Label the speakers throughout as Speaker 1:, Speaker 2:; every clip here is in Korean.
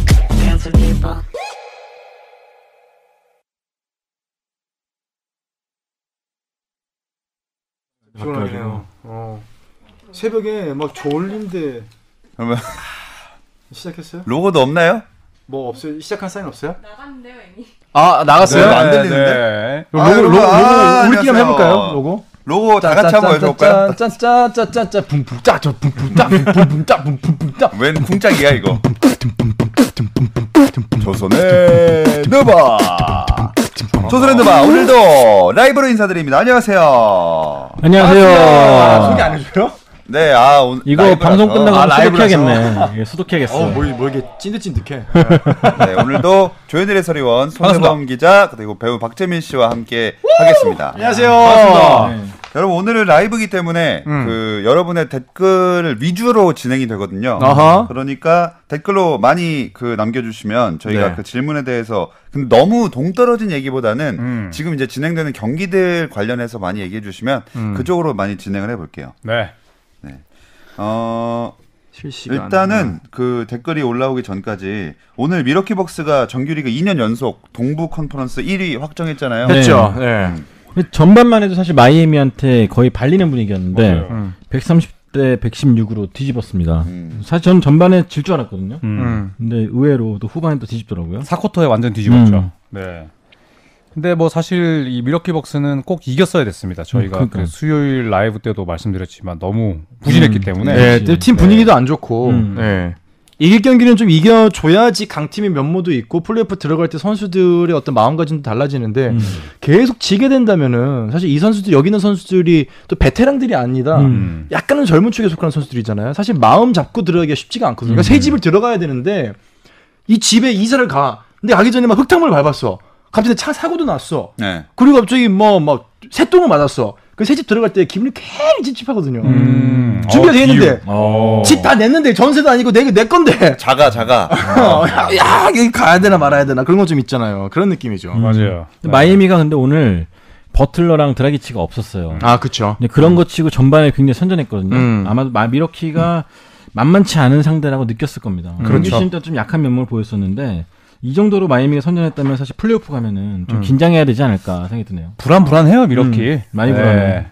Speaker 1: of people.
Speaker 2: 시원하네요.
Speaker 3: 바뀌어가지고.
Speaker 2: 어. 새벽에 막 저울림대
Speaker 3: 그러면
Speaker 2: 시작했어요?
Speaker 3: 로고도 없나요?
Speaker 2: 뭐 없어요? 시작한 사인 없어요?
Speaker 4: 나갔는데요 이미.
Speaker 5: 아 나갔어요?
Speaker 3: 네, 안 들리는데? 아,
Speaker 5: 네. 로고 로고,
Speaker 3: 여러분, 아,
Speaker 5: 로고 우리끼리 한번
Speaker 3: 안녕하세요.
Speaker 5: 해볼까요?
Speaker 2: 어,
Speaker 5: 로고
Speaker 3: 로고 다 같이 한번 해볼까요?
Speaker 5: 짠짠짠짠짠짠 붕붕짝 저 붕붕짝 붕붕짝 붕붕짝
Speaker 3: 웬 쿵짝이야 이거? 조선의 너바 조선의 너바 오늘도 라이브로 인사드립니다. 안녕하세요.
Speaker 6: 안녕하세요.
Speaker 5: 아, 소개 안 해줘요?
Speaker 3: 네, 아 오늘
Speaker 6: 이거
Speaker 3: 라이브라서.
Speaker 6: 방송 끝나고
Speaker 3: 아, 라이브라서.
Speaker 6: 수독해야겠네. 예, 수독해야겠어. 요
Speaker 2: 어뭘 뭐 이게 찐득찐득해.
Speaker 3: 네, 오늘도 조현일의 서리원 손혜범 기자 그리고 배우 박재민 씨와 함께 하겠습니다.
Speaker 2: 안녕하세요.
Speaker 5: 어.
Speaker 2: 네.
Speaker 3: 여러분 오늘은 라이브이기 때문에
Speaker 5: 음.
Speaker 3: 그 여러분의 댓글 위주로 진행이 되거든요.
Speaker 5: 아하.
Speaker 3: 그러니까 댓글로 많이 그 남겨주시면 저희가
Speaker 5: 네.
Speaker 3: 그 질문에 대해서 근데 너무 동떨어진 얘기보다는
Speaker 5: 음.
Speaker 3: 지금 이제 진행되는 경기들 관련해서 많이 얘기해주시면
Speaker 5: 음.
Speaker 3: 그쪽으로 많이 진행을 해볼게요.
Speaker 5: 네.
Speaker 3: 어
Speaker 2: 실시간.
Speaker 3: 일단은 그 댓글이 올라오기 전까지 오늘 미러키벅스가 정규리그 2년 연속 동부 컨퍼런스 1위 확정했잖아요.
Speaker 5: 네.
Speaker 6: 했죠. 전반만 해도 사실 마이애미한테 거의 발리는 분위기였는데 130대 116으로 뒤집었습니다.
Speaker 3: 음.
Speaker 6: 사실 전 전반에 질 줄 알았거든요.
Speaker 5: 음.
Speaker 6: 근데 의외로 또 후반에 또 뒤집더라고요.
Speaker 5: 4쿼터에 완전 뒤집었죠.
Speaker 6: 음.
Speaker 5: 네. 근데 뭐 사실 이 미러키 벅스는 꼭 이겼어야 됐습니다. 저희가
Speaker 6: 음, 그러니까.
Speaker 5: 그 수요일 라이브 때도 말씀드렸지만 너무 부진했기
Speaker 6: 음.
Speaker 5: 때문에
Speaker 2: 네,
Speaker 6: 그렇지.
Speaker 2: 팀 분위기도 안 좋고.
Speaker 6: 음.
Speaker 2: 네. 이길 경기는 좀 이겨줘야지 강팀의 면모도 있고 플레이오프 들어갈 때 선수들의 어떤 마음가짐도 달라지는데
Speaker 6: 음.
Speaker 2: 계속 지게 된다면은 사실 이 선수들 여기 있는 선수들이 또 베테랑들이 아니다.
Speaker 6: 음.
Speaker 2: 약간은 젊은 축에 속하는 선수들이잖아요. 사실 마음 잡고 들어가기가 쉽지가 않거든요.
Speaker 6: 음.
Speaker 2: 그러니까 새 집을 들어가야 되는데 이 집에 이사를 가. 근데 가기 전에 막 흙탕물을 밟았어. 갑자기 차 사고도 났어.
Speaker 3: 네.
Speaker 2: 그리고 갑자기 뭐막 새똥을 맞았어. 그 새 집 들어갈 때 기분이 괜히 찝찝하거든요.
Speaker 5: 음.
Speaker 2: 준비가 돼 있는데
Speaker 5: 어.
Speaker 2: 집 다 냈는데 전세도 아니고 내, 내 건데.
Speaker 3: 자가 자가.
Speaker 2: 어, 야, 야, 여기 가야 되나 말아야 되나 그런 거 좀 있잖아요. 그런 느낌이죠.
Speaker 5: 맞아요.
Speaker 6: 근데 음. 마이애미가 근데 오늘 버틀러랑 드라기치가 없었어요.
Speaker 2: 아, 그쵸.
Speaker 6: 근데 그런 거 치고 전반에 굉장히 선전했거든요.
Speaker 2: 음.
Speaker 6: 아마도 마- 미러키가 만만치 않은 상대라고 느꼈을 겁니다.
Speaker 2: 그렇죠.
Speaker 6: 음. 때좀 약한 면모를 보였었는데 이 정도로 마이애미가 선전했다면 사실 플레이오프 가면은 좀 긴장해야 되지 않을까 생각이 드네요.
Speaker 5: 불안 불안해요 미러키. 네.
Speaker 6: 음, 많이 불안해.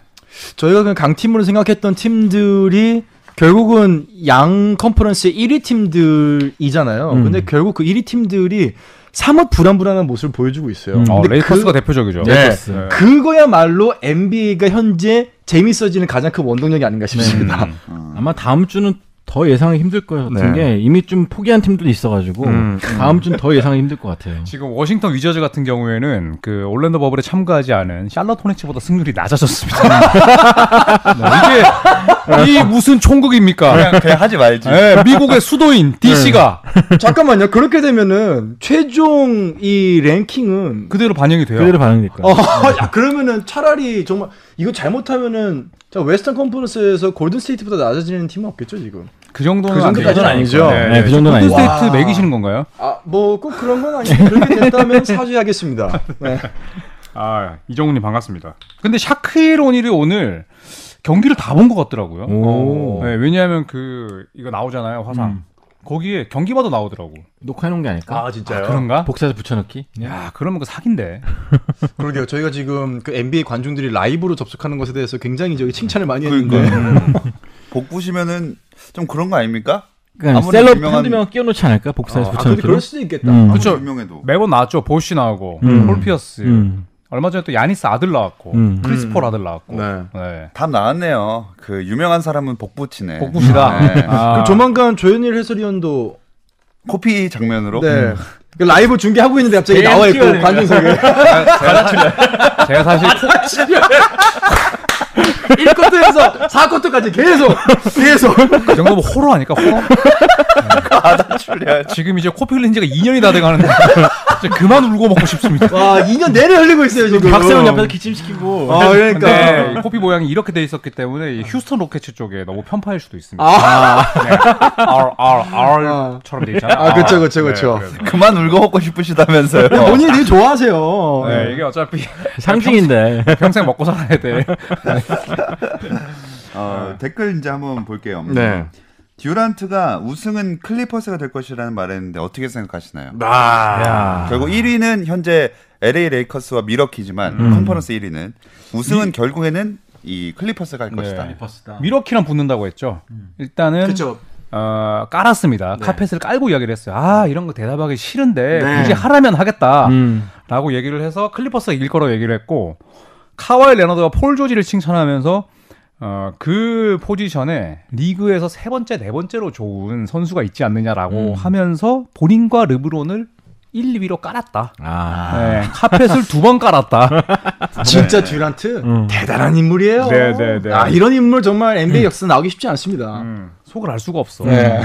Speaker 2: 저희가 그냥 강팀으로 생각했던 팀들이 결국은 양 컨퍼런스의 1위 팀들이잖아요.
Speaker 6: 음.
Speaker 2: 근데 결국 그 1위 팀들이 사뭇 불안불안한 모습을 보여주고 있어요.
Speaker 6: 음.
Speaker 5: 어,
Speaker 2: 근데 그
Speaker 5: 레이커스가 대표적이죠.
Speaker 2: 네.
Speaker 6: 레이커스.
Speaker 5: 네.
Speaker 2: 그거야말로 NBA가 현재 재밌어지는 가장 큰 원동력이 아닌가
Speaker 5: 네.
Speaker 2: 싶습니다.
Speaker 6: 아마 다음 주는 더 예상이 힘들 것 같은
Speaker 2: 네.
Speaker 6: 게 이미 좀 포기한 팀들이 있어가지고
Speaker 2: 음.
Speaker 6: 다음 주는 더 예상이 힘들 것 같아요.
Speaker 5: 지금 워싱턴 위저즈 같은 경우에는 그 올랜도 버블에 참가하지 않은 샬럿 호네츠보다 승률이 낮아졌습니다. 네, 이게 이 무슨 총국입니까?
Speaker 3: 그냥, 그냥 하지 말지.
Speaker 5: 네, 미국의 수도인
Speaker 6: 네.
Speaker 5: DC가
Speaker 2: 잠깐만요. 그렇게 되면은 최종 이 랭킹은
Speaker 5: 그대로 반영이 돼요.
Speaker 6: 그대로 반응될 거예요.
Speaker 2: 어, 야, 그러면은 차라리 정말 이거 잘못하면은 자 웨스턴 컨퍼런스에서 골든 스테이트보다 낮아지는 팀은 없겠죠 지금.
Speaker 5: 그 정도는
Speaker 2: 그
Speaker 5: 안
Speaker 2: 정도까지는
Speaker 5: 되겠죠.
Speaker 2: 아니죠.
Speaker 6: 네, 그 정도는 아니죠.
Speaker 5: 스테이트
Speaker 2: 와.
Speaker 5: 매기시는 건가요?
Speaker 2: 아, 뭐 꼭 그런 건 아닌데 그렇게 됐다면 사죄하겠습니다. 네.
Speaker 5: 아, 이정훈님 반갑습니다. 근데 샤크일 오닐이 오늘 경기를 다 본 것 같더라고요.
Speaker 6: 오. 음.
Speaker 5: 네, 왜냐하면 그 이거 나오잖아요 화상. 거기에 경기봐도 나오더라고.
Speaker 6: 녹화해놓은 게 아닐까?
Speaker 2: 진짜요?
Speaker 5: 그런가?
Speaker 6: 복사해서 붙여넣기?
Speaker 5: 야, 그러면 그 사기인데.
Speaker 2: 그러게요. 저희가 지금 그 NBA 관중들이 라이브로 접속하는 것에 대해서 굉장히 저기 칭찬을 많이 했는데
Speaker 3: 그러니까 복부시면은 좀 그런 거 아닙니까?
Speaker 6: 그러니까
Speaker 3: 아무리
Speaker 6: 셀럽
Speaker 3: 유명한-
Speaker 6: 팬두 명 끼워놓지 않을까? 복사해서
Speaker 2: 아, 근데
Speaker 6: 붙여넣기로?
Speaker 2: 그럴 수도 있겠다.
Speaker 6: 음.
Speaker 3: 아무리
Speaker 5: 그쵸.
Speaker 3: 유명해도.
Speaker 5: 매번 나왔죠. 보쉬 나오고
Speaker 6: 음.
Speaker 5: 폴피어스.
Speaker 6: 음.
Speaker 5: 얼마 전에 또 야니스 아들 나왔고
Speaker 6: 음.
Speaker 5: 크리스
Speaker 2: 음.
Speaker 5: 폴 아들 나왔고.
Speaker 2: 네.
Speaker 5: 네.
Speaker 3: 답 나왔네요. 그 유명한 사람은 복부치네.
Speaker 5: 복부시다.
Speaker 3: 네.
Speaker 5: 아,
Speaker 2: 그럼 조만간 조현일 해설위원도
Speaker 3: 코피 장면으로.
Speaker 2: 네. 그 라이브 중계하고 있는데 갑자기
Speaker 5: 제일
Speaker 2: 나와 있고
Speaker 5: 튀어야 되니까.
Speaker 2: 관중석에
Speaker 5: 제가 사실
Speaker 2: 일쿼터에서 4쿼터까지 계속 계속
Speaker 5: 그 정도면 호러 아닐까 호러?
Speaker 3: 받아줄래요.
Speaker 5: 지금 이제 코피 흘린 지가 2년이 다 돼가는데 이제 그만 울고 먹고 싶습니다.
Speaker 2: 와 2년 내내 흘리고 있어요 지금 음.
Speaker 6: 박세훈 옆에서 기침시키고
Speaker 2: 아 그러니까
Speaker 3: 네.
Speaker 5: 근데 이 코피 모양이 이렇게 돼 있었기 때문에 이 휴스턴 로켓츠 쪽에 너무 편파일 수도 있습니다. 네. R R
Speaker 2: 아.
Speaker 5: R처럼 돼 있잖아요.
Speaker 2: 아, 그쵸, 그쵸,
Speaker 5: 네,
Speaker 2: 그쵸.
Speaker 5: 그래서.
Speaker 3: 그만 울고 먹고 싶으시다면서요.
Speaker 2: 본인이 되게 좋아하세요.
Speaker 5: 네, 이게 어차피
Speaker 6: 상징인데.
Speaker 5: 평생 먹고 살아야 돼. 네.
Speaker 2: 네.
Speaker 3: 어, 댓글 이제 한번 볼게요. 듀란트가 우승은 클리퍼스가 될 것이라는 말했는데 어떻게 생각하시나요?
Speaker 5: 아.
Speaker 3: 결국 1위는 현재 LA 레이커스와 미러키지만 컨퍼런스 1위는 우승은 결국에는 이 네. 클리퍼스가 할 것이다.
Speaker 6: 버스다.
Speaker 5: 미러키랑 붙는다고 했죠. 일단은
Speaker 1: 그렇죠.
Speaker 5: 어, 깔았습니다.
Speaker 1: 네.
Speaker 5: 카펫을 깔고 이야기를 했어요. 아, 이런 거 대답하기 싫은데
Speaker 1: 네.
Speaker 5: 굳이 하라면 하겠다.
Speaker 6: 음.
Speaker 5: 라고 얘기를 해서 클리퍼스가 이길 거라고 얘기를 했고 카와이 레너드가 폴 조지를 칭찬하면서 어, 그 포지션에 리그에서 세 번째, 네 번째로 좋은 선수가 있지
Speaker 6: 음.
Speaker 5: 않느냐라고 하면서 본인과 르브론을 1, 2위로 깔았다.
Speaker 6: 아.
Speaker 5: 네, 카펫을 두 번 깔았다.
Speaker 2: 진짜 듀란트 대단한 인물이에요.
Speaker 5: 네, 네, 네.
Speaker 2: 아 이런 인물 정말 NBA 역사 나오기 쉽지 않습니다.
Speaker 5: 속을 알 수가 없어. 네,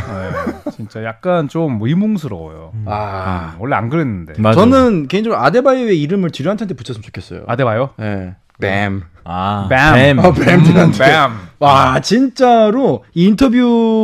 Speaker 5: 진짜 약간 좀 의문스러워요.
Speaker 6: 음.
Speaker 2: 아
Speaker 5: 아, 원래 안 그랬는데.
Speaker 6: 맞아.
Speaker 2: 저는 개인적으로 아데바이오의 이름을 듀란트한테 붙였으면 좋겠어요.
Speaker 5: 아데바요?
Speaker 2: 네. 뱀.
Speaker 6: 아.
Speaker 5: 음, 뱀.
Speaker 2: 아, 뱀
Speaker 1: 음.
Speaker 2: 듀란트.
Speaker 5: 뱀.
Speaker 2: 와 진짜로 이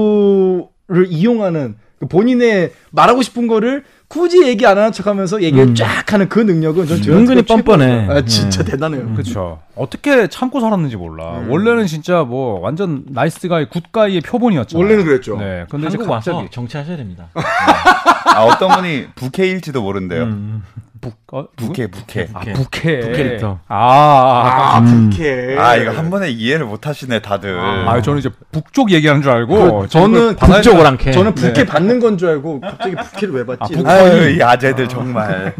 Speaker 2: 인터뷰를 이용하는 그 본인의 말하고 싶은 거를 굳이 얘기 안 하는 척하면서 얘기를 쫙 하는 그 능력은 전 듀란트가
Speaker 6: 은근히
Speaker 2: 최고-
Speaker 6: 뻔뻔해.
Speaker 2: 아, 진짜 대단해요.
Speaker 5: 그렇죠. 어떻게 참고 살았는지 몰라.
Speaker 1: 음.
Speaker 5: 원래는 진짜 뭐 완전 나이스 가이, 굿 가이의 표본이었죠.
Speaker 1: 원래는 그랬죠.
Speaker 5: 네. 근데 이제
Speaker 6: 한국
Speaker 5: 갑자기
Speaker 6: 와서 정치하셔야 됩니다.
Speaker 3: 아, 어떤 분이 부캐일지도 모른대요.
Speaker 6: 음.
Speaker 5: 북 어, 누구?
Speaker 3: 부캐, 부캐.
Speaker 5: 아, 부캐.
Speaker 6: 부캐릭터.
Speaker 5: 아. 아.
Speaker 1: 아,
Speaker 6: 음.
Speaker 2: 네.
Speaker 1: 그렇게.
Speaker 3: 아, 이거 한 번에 이해를 못 하시네, 다들.
Speaker 5: 아, 아니, 저는 이제 북쪽 얘기하는 줄 알고
Speaker 1: 그,
Speaker 2: 저는
Speaker 5: 바다에-
Speaker 6: 북쪽 오랑캐.
Speaker 2: 저는 부캐 받는 건 줄 알고 갑자기 부캐를 왜 받지?
Speaker 3: 아유, 이 아재들 정말.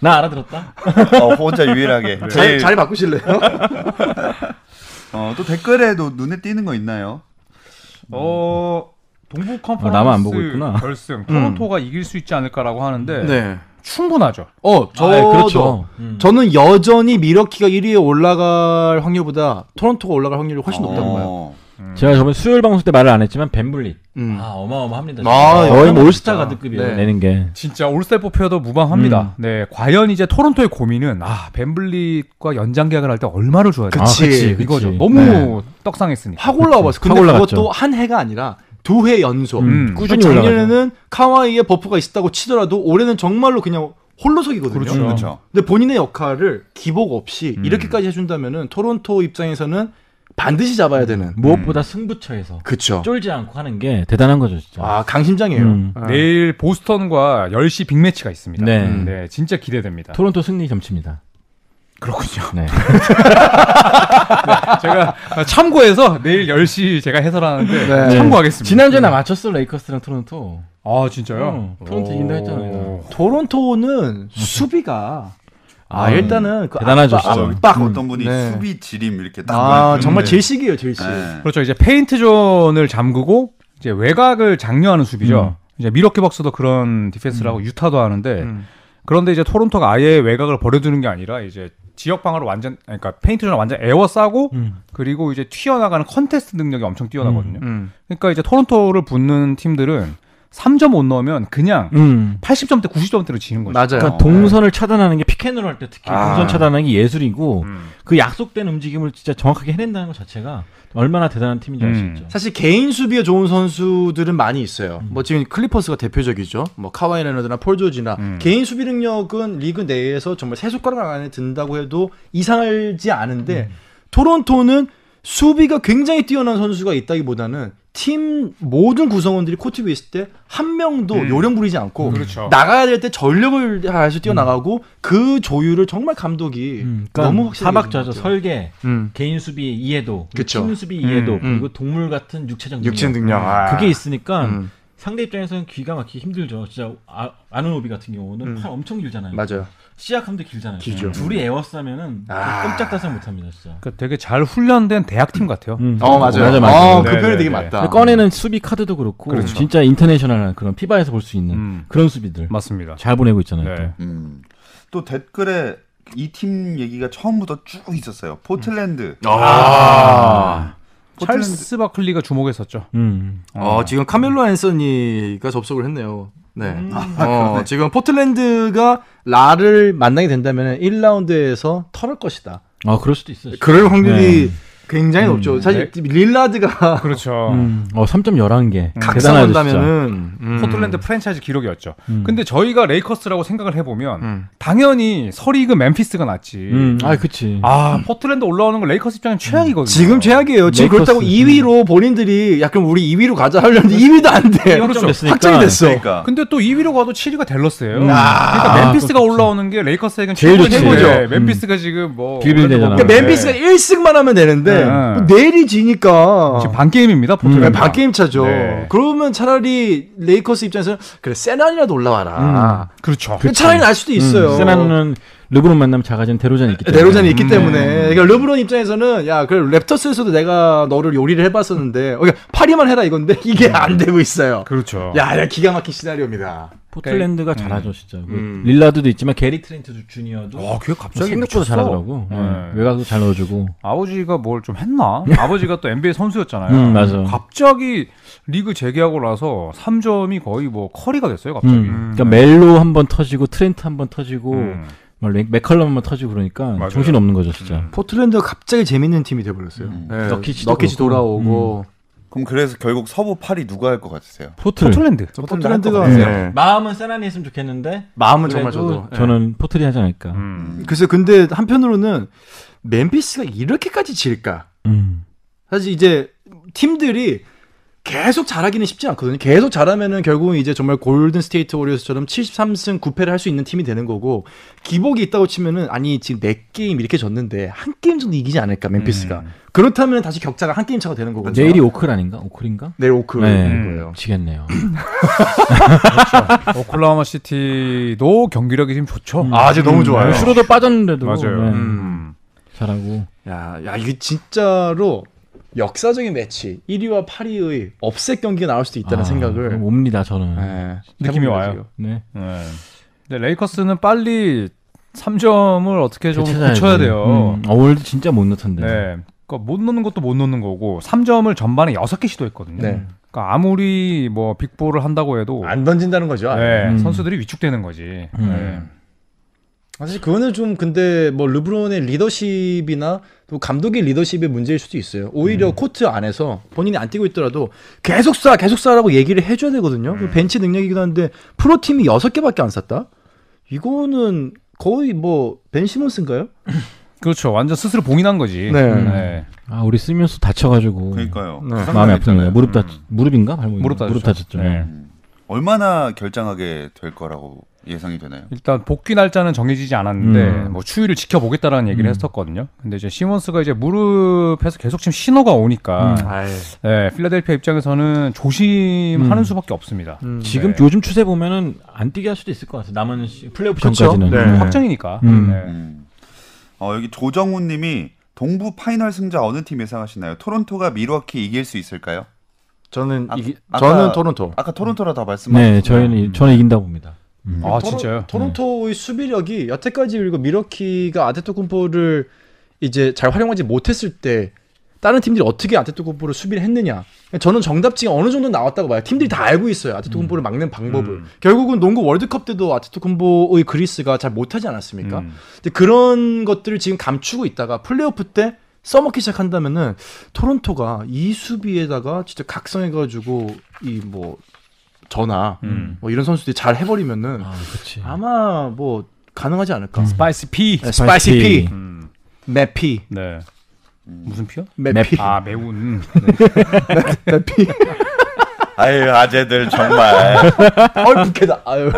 Speaker 6: 나 알아들었다.
Speaker 3: 어, 혼자 유일하게.
Speaker 2: 자리,
Speaker 3: 제일,
Speaker 6: 그
Speaker 2: 자리 바꾸실래요?
Speaker 3: 어, 또 댓글에도 눈에 띄는 거 있나요?
Speaker 5: 어 동부 컨퍼런스
Speaker 6: 어, 나만 안 보고 있구나.
Speaker 5: 결승 토론토가 이길 수 있지 않을까라고 하는데
Speaker 1: 음. 네.
Speaker 5: 충분하죠.
Speaker 2: 어, 저도
Speaker 6: 아, 그렇죠.
Speaker 2: 저는 여전히 미러키가 1위에 올라갈 확률보다 토론토가 올라갈 확률이 훨씬 높다고 봐요.
Speaker 3: 어.
Speaker 6: 음. 제가 저번 수요일 방송 때 말을 안 했지만 뱀블릿.
Speaker 2: 음.
Speaker 6: 아
Speaker 2: 아,
Speaker 6: 어마어마합니다. 진짜. 거의 뭐
Speaker 2: 영광입니다.
Speaker 6: 올스타 가드급이에요
Speaker 2: 네.
Speaker 6: 내는 게.
Speaker 5: 진짜 올스타 뽑혀도 무방합니다.
Speaker 6: 음.
Speaker 5: 네, 과연 이제 토론토의 고민은 아 벤블릿과 연장 계약을 할 때 얼마를 줘야 돼?
Speaker 2: 그치,
Speaker 5: 아,
Speaker 6: 그치.
Speaker 5: 이거죠. 너무
Speaker 2: 네.
Speaker 5: 떡상했으니까.
Speaker 2: 확 올라와봤어. 근데
Speaker 6: 확 올라갔죠.
Speaker 2: 그것도 한 해가 아니라 두 해 연속.
Speaker 5: 음.
Speaker 6: 꾸준히 올라가죠.
Speaker 2: 작년에는 카와이의 버프가 있었다고 치더라도 올해는 정말로 그냥 홀로석이거든요. 음.
Speaker 5: 그렇죠.
Speaker 3: 그렇죠.
Speaker 2: 근데 본인의 역할을 기복 없이
Speaker 6: 음.
Speaker 2: 이렇게까지 해준다면은 토론토 입장에서는 반드시 잡아야 되는.
Speaker 5: 음.
Speaker 6: 무엇보다 승부처에서
Speaker 2: 그쵸.
Speaker 6: 쫄지 않고 하는 게 대단한 거죠 진짜.
Speaker 2: 아 강심장이에요.
Speaker 6: 음.
Speaker 2: 아.
Speaker 5: 내일 보스턴과 10시 빅매치가 있습니다.
Speaker 6: 네.
Speaker 5: 음, 네, 진짜 기대됩니다.
Speaker 6: 토론토 승리 점치입니다.
Speaker 5: 그렇군요.
Speaker 6: 네.
Speaker 5: 제가 참고해서 내일 10시 제가 해설하는데
Speaker 2: 네.
Speaker 5: 참고하겠습니다.
Speaker 6: 지난주에 나 맞췄어 레이커스랑 토론토.
Speaker 5: 아, 진짜요?
Speaker 6: 응, 토론토
Speaker 5: 어.
Speaker 6: 이긴다 네, 했잖아요.
Speaker 5: 오.
Speaker 2: 토론토는 수비가 아,
Speaker 6: 음.
Speaker 2: 일단은 그
Speaker 6: 대단하죠,
Speaker 5: 아,
Speaker 2: 압박,
Speaker 6: 진짜.
Speaker 2: 압박.
Speaker 3: 어떤 분이
Speaker 2: 네.
Speaker 3: 수비 지림 이렇게 딱.
Speaker 2: 아
Speaker 3: 보여주는데. 그
Speaker 2: 정말 질식이에요 질식.
Speaker 3: 네.
Speaker 5: 그렇죠. 이제 페인트 존을 잠그고 이제 외곽을 장려하는 수비죠. 이제 미러키 벅스도 그런 디펜스라고 유타도 하는데
Speaker 2: 음.
Speaker 5: 그런데 이제 토론토가 아예 외곽을 버려두는 게 아니라 이제 지역 방어를 완전 아니, 그러니까 페인트 존을 완전 에워 싸고
Speaker 6: 음.
Speaker 5: 그리고 이제 튀어나가는 컨테스트 능력이 엄청 뛰어나거든요.
Speaker 2: 음.
Speaker 5: 그러니까 이제 토론토를 붙는 팀들은 3점 못 넣으면 그냥
Speaker 6: 음.
Speaker 5: 80점대 90점대로 지는 거죠.
Speaker 2: 맞아요.
Speaker 6: 그러니까 동선을 차단하는 게 피켄으로 할 때 특히
Speaker 2: 아.
Speaker 6: 동선 차단하는 게 예술이고
Speaker 5: 네. 음.
Speaker 6: 그 약속된 움직임을 진짜 정확하게 해낸다는 것 자체가 얼마나 대단한 팀인지 알 수
Speaker 5: 음.
Speaker 6: 있죠.
Speaker 2: 사실 개인 수비에 좋은 선수들은 많이 있어요. 뭐 지금 클리퍼스가 대표적이죠. 뭐 카와이 레너드나 폴 조지나
Speaker 5: 음.
Speaker 2: 개인 수비 능력은 리그 내에서 정말 세 손가락 안에 든다고 해도 이상하지 않은데 토론토는 수비가 굉장히 뛰어난 선수가 있다기보다는 팀 모든 구성원들이 코트 위에 있을 때 한 명도 요령 부리지 않고
Speaker 5: 그렇죠.
Speaker 2: 나가야 될 때 전력을 다해서 뛰어나가고 그 조율을 정말 감독이
Speaker 6: 음, 그러니까
Speaker 2: 너무 확실하게
Speaker 6: 사박자죠.
Speaker 2: 해주는 것 같아요.
Speaker 6: 설계,
Speaker 2: 음.
Speaker 6: 개인 수비 이해도, 그리고
Speaker 2: 그쵸.
Speaker 6: 팀 수비 이해도,
Speaker 2: 음.
Speaker 6: 그리고 동물 같은 육체적 능력. 음,
Speaker 2: 육체 능력. 아.
Speaker 6: 그게 있으니까
Speaker 2: 음.
Speaker 6: 상대 입장에서는 귀가 막히기 힘들죠. 진짜 아, 아는 오비 같은 경우는 팔 엄청 길잖아요.
Speaker 2: 음. 맞아요.
Speaker 6: 시작함도 길잖아요. 음.
Speaker 2: 길죠. 아.
Speaker 6: 둘이 에워싸면은 그 꼼짝다생 못합니다, 진짜.
Speaker 5: 그러니까 되게 잘 훈련된 대학팀 같아요.
Speaker 6: 음.
Speaker 2: 어 맞아요.
Speaker 6: 맞아, 맞아.
Speaker 2: 어, 그
Speaker 5: 네,
Speaker 2: 표현이
Speaker 5: 네,
Speaker 2: 되게
Speaker 5: 네.
Speaker 2: 맞다.
Speaker 6: 꺼내는 수비 카드도 그렇고
Speaker 5: 그렇죠.
Speaker 6: 진짜 인터내셔널한 그런 피바에서 볼 수 있는
Speaker 5: 음.
Speaker 6: 그런 수비들
Speaker 5: 맞습니다.
Speaker 6: 잘 보내고 있잖아요.
Speaker 5: 네.
Speaker 3: 음. 또 댓글에 이 팀 얘기가 처음부터 쭉 있었어요. 포틀랜드.
Speaker 2: 아.
Speaker 5: 찰스 바클리가 주목했었죠.
Speaker 6: 또. 음.
Speaker 2: 어, 지금 카멜로 앤서니가 접속을 했네요. 네. 어, 지금 포틀랜드가 라를 만나게 된다면 음. 1라운드에서 털을 것이다.
Speaker 6: 아 그럴 수도 있어요.
Speaker 2: 그럴 확률이 굉장히 높죠. 사실 릴라드가
Speaker 5: 그렇죠.
Speaker 6: 음. 어, 3점 11개. 대단하죠, 진짜.
Speaker 2: 각성한다면은 음.
Speaker 5: 포틀랜드 프랜차이즈 기록이었죠.
Speaker 6: 음.
Speaker 5: 근데 저희가 레이커스라고 생각을 해보면
Speaker 2: 음.
Speaker 5: 당연히 서리그 멤피스가 낫지.
Speaker 6: 음, 아, 그치.
Speaker 5: 아 음. 포틀랜드 올라오는 건 레이커스 입장에 최악이거든요.
Speaker 2: 지금 최악이에요. 지금
Speaker 6: 레이커스.
Speaker 2: 그렇다고 2위로 본인들이 약간 우리 2위로 가자 하려는데 2위도 안 돼.
Speaker 5: 그렇죠.
Speaker 6: 됐으니까.
Speaker 2: 확정이 됐어.
Speaker 3: 그러니까.
Speaker 5: 근데 또 2위로 가도 7위가 델러스예요.
Speaker 6: 아,
Speaker 5: 그러니까 멤피스가
Speaker 6: 그렇겠지.
Speaker 5: 올라오는 게 레이커스에겐
Speaker 6: 제일
Speaker 5: 최고의
Speaker 6: 좋지.
Speaker 5: 행보죠.
Speaker 2: 음.
Speaker 5: 멤피스가 지금 뭐
Speaker 6: 비빌대잖아.
Speaker 5: 올라오는
Speaker 2: 그러니까
Speaker 5: 거 네.
Speaker 2: 맨피스가
Speaker 5: 같은데.
Speaker 2: 1승만 하면 되는데
Speaker 5: 네.
Speaker 2: 뭐 내일이 지니까
Speaker 5: 지금 반
Speaker 6: 음.
Speaker 5: 게임입니다. 포틀랜드.
Speaker 2: 네, 반게임 차죠.
Speaker 5: 음. 네.
Speaker 2: 그러면 차라리 레이커스 입장에서는 그래 세난이라도 올라와라.
Speaker 6: 음.
Speaker 5: 그렇죠.
Speaker 2: 그 차라리 날 수도 있어요.
Speaker 6: 세나는 르브론 만나면 작아진 대로잔이 있기 때문에. 음.
Speaker 2: 내로잔이 있기 때문에 그러니까 르브론 입장에서는 야 그래 랩터스에서도 내가 너를 요리를 해봤었는데 그러니까 파리만 해라 이건데 이게 안 되고 있어요.
Speaker 5: 그렇죠.
Speaker 2: 야, 야 기가 막힌 시나리오입니다.
Speaker 6: 포틀랜드가 잘하죠, 진짜. 그 릴라드도 있지만 게리 트렌트 주- 주니어도
Speaker 2: 아,
Speaker 5: 와, 걔 갑자기
Speaker 6: 생각보다
Speaker 5: 미쳤어.
Speaker 6: 잘하더라고.
Speaker 5: 네.
Speaker 6: 예, 외곽도 잘 넣어주고.
Speaker 5: 아버지가 뭘 좀 했나? 아버지가 또 NBA 선수였잖아요.
Speaker 6: 음, 맞아.
Speaker 5: 갑자기 리그 재개하고 나서 3점이 거의 뭐 커리가 됐어요, 갑자기.
Speaker 6: 음, 그러니까 멜로 한 번 터지고 트렌트 한 번 터지고
Speaker 5: 음.
Speaker 6: 막 맥- 맥컬럼 한 번 터지고 그러니까
Speaker 5: 맞아요.
Speaker 6: 정신 없는 거죠, 진짜.
Speaker 2: 음. 포틀랜드가 갑자기 재밌는 팀이 돼버렸어요.
Speaker 6: 음.
Speaker 2: 네,
Speaker 6: 너키치도
Speaker 2: 너키치
Speaker 6: 그렇고.
Speaker 2: 돌아오고
Speaker 3: 그럼 그래서 결국 서부 8위 누가 할 것 같으세요?
Speaker 6: 포틀.
Speaker 5: 포틀랜드.
Speaker 2: 포틀랜드가
Speaker 3: 네.
Speaker 6: 마음은 세나니 했으면 좋겠는데
Speaker 2: 마음은 정말
Speaker 6: 그래도
Speaker 2: 저도 예.
Speaker 6: 저는 포틀이 하지 않을까. 음.
Speaker 5: 음.
Speaker 2: 글쎄 근데 한편으로는 멤피스가 이렇게까지 질까?
Speaker 6: 음.
Speaker 2: 사실 이제 팀들이 계속 잘하기는 쉽지 않거든요. 계속 잘하면은 결국은 이제 정말 골든 스테이트 워리어스처럼 73승 9패를 할 수 있는 팀이 되는 거고 기복이 있다고 치면은 아니 지금 네 게임 이렇게 졌는데 한 게임 정도 이기지 않을까 멤피스가 그렇다면 다시 격차가 한 게임 차가 되는 거고
Speaker 6: 음. 그렇죠. 내일이 오클 아닌가? 오클인가?
Speaker 2: 내일 오크
Speaker 6: 네.
Speaker 2: 거예요.
Speaker 6: 지겠네요.
Speaker 5: 아, 오클라호마 시티도 경기력이 지금 좋죠. 음,
Speaker 2: 아 지금 너무 좋아요.
Speaker 6: 슈로도 빠졌는데도
Speaker 5: 맞아요.
Speaker 6: 네,
Speaker 5: 음.
Speaker 6: 잘하고.
Speaker 2: 야, 야 이게 진짜로 역사적인 매치 1위와 8위의 업셋 경기가 나올 수도 있다는
Speaker 6: 아,
Speaker 2: 생각을
Speaker 6: 옵니다 저는.
Speaker 2: 예,
Speaker 5: 느낌이
Speaker 2: 해봅니다,
Speaker 5: 와요.
Speaker 2: 지금.
Speaker 6: 네.
Speaker 5: 네. 근데 레이커스는 빨리 3점을 어떻게 좀
Speaker 6: 찾아야지.
Speaker 5: 고쳐야 돼요.
Speaker 6: 음. 어, 오늘도 진짜 못 넣던데.
Speaker 5: 네. 그러니까 못 넣는 것도 못 넣는 거고 3점을 전반에 6개 시도했거든요.
Speaker 2: 네.
Speaker 5: 그러니까 아무리 뭐 빅볼을 한다고 해도
Speaker 2: 안 던진다는 거죠. 아예.
Speaker 5: 네,
Speaker 6: 음.
Speaker 5: 선수들이 위축되는 거지. 네.
Speaker 6: 음.
Speaker 2: 아, 사실 그거는 좀 근데 뭐 르브론의 리더십이나 또 감독의 리더십의 문제일 수도 있어요. 오히려 코트 안에서 본인이 안 뛰고 있더라도 계속 쏴, 계속 쏴라고 얘기를 해줘야 되거든요. 그 벤치 능력이기도 한데 프로 팀이 6 개밖에 안 쐈다. 이거는 거의 뭐 벤 시몬스인가요?
Speaker 5: 그렇죠. 완전 스스로 봉인한 거지.
Speaker 2: 네.
Speaker 6: 아 우리 쓰면서 다쳐가지고
Speaker 3: 그러니까요.
Speaker 2: 네.
Speaker 3: 상당히
Speaker 6: 마음이 아픈 거예요. 무릎 다
Speaker 5: 음.
Speaker 6: 무릎인가 발목
Speaker 5: 무릎 다쳤죠.
Speaker 6: 무릎 다쳤죠.
Speaker 5: 네.
Speaker 3: 얼마나 결정하게 될 거라고 예상이 되나요?
Speaker 5: 일단 복귀 날짜는 정해지지 않았는데
Speaker 6: 음.
Speaker 5: 뭐 추이를 지켜보겠다라는 얘기를 했었거든요. 근데 이제 시몬스가 이제 무릎에서 계속 지금 신호가 오니까
Speaker 6: 음.
Speaker 5: 네, 필라델피아 입장에서는 조심하는
Speaker 6: 음.
Speaker 5: 수밖에 없습니다.
Speaker 6: 지금
Speaker 5: 네.
Speaker 6: 요즘 추세 보면은 안 뛰게 할 수도 있을 것 같아요. 남은 시- 플레이오프
Speaker 2: 그쵸?
Speaker 6: 전까지는.
Speaker 2: 네.
Speaker 5: 확정이니까.
Speaker 6: 음.
Speaker 5: 네.
Speaker 3: 음. 어, 여기 조정훈 님이 동부 파이널 승자 어느 팀 예상하시나요? 토론토가 미러키 이길 수 있을까요?
Speaker 2: 저는
Speaker 3: 아,
Speaker 2: 이기-
Speaker 3: 아까-
Speaker 2: 저는 토론토.
Speaker 3: 아까 토론토라 다 말씀하셨죠.
Speaker 6: 네, 저희는 이- 저는 이긴다 봅니다. 음.
Speaker 5: 아
Speaker 2: 토론-
Speaker 5: 진짜요?
Speaker 2: 토론토의 수비력이 여태까지 그리고 미러키가 아테토쿤포를 이제 잘 활용하지 못했을 때 다른 팀들이 어떻게 아테토쿤포를 수비를 했느냐. 저는 정답지가 어느 정도 나왔다고 봐요. 팀들이 다 알고 있어요. 아테토쿤포를
Speaker 5: 음.
Speaker 2: 막는 방법을. 결국은 농구 월드컵 때도 아테토쿤포의 그리스가 잘 못하지 않았습니까?
Speaker 5: 음.
Speaker 2: 근데 그런 것들을 지금 감추고 있다가 플레이오프 때 써먹기 시작한다면은 토론토가 이 수비에다가 진짜 각성해가지고 이 뭐 전화
Speaker 5: 음.
Speaker 2: 뭐 이런 선수들이 잘 해버리면은
Speaker 6: 아, 그렇지.
Speaker 2: 아마 뭐 가능하지 않을까.
Speaker 5: 음. 스파이스 피.
Speaker 2: 네, 스파이시 피,
Speaker 5: 음.
Speaker 2: 매피,
Speaker 5: 네. 무슨 피요?
Speaker 2: 매피,
Speaker 5: 아 매운.
Speaker 2: 매피.
Speaker 3: 아유, 아재들 정말.
Speaker 2: 아유 국회다. 아유.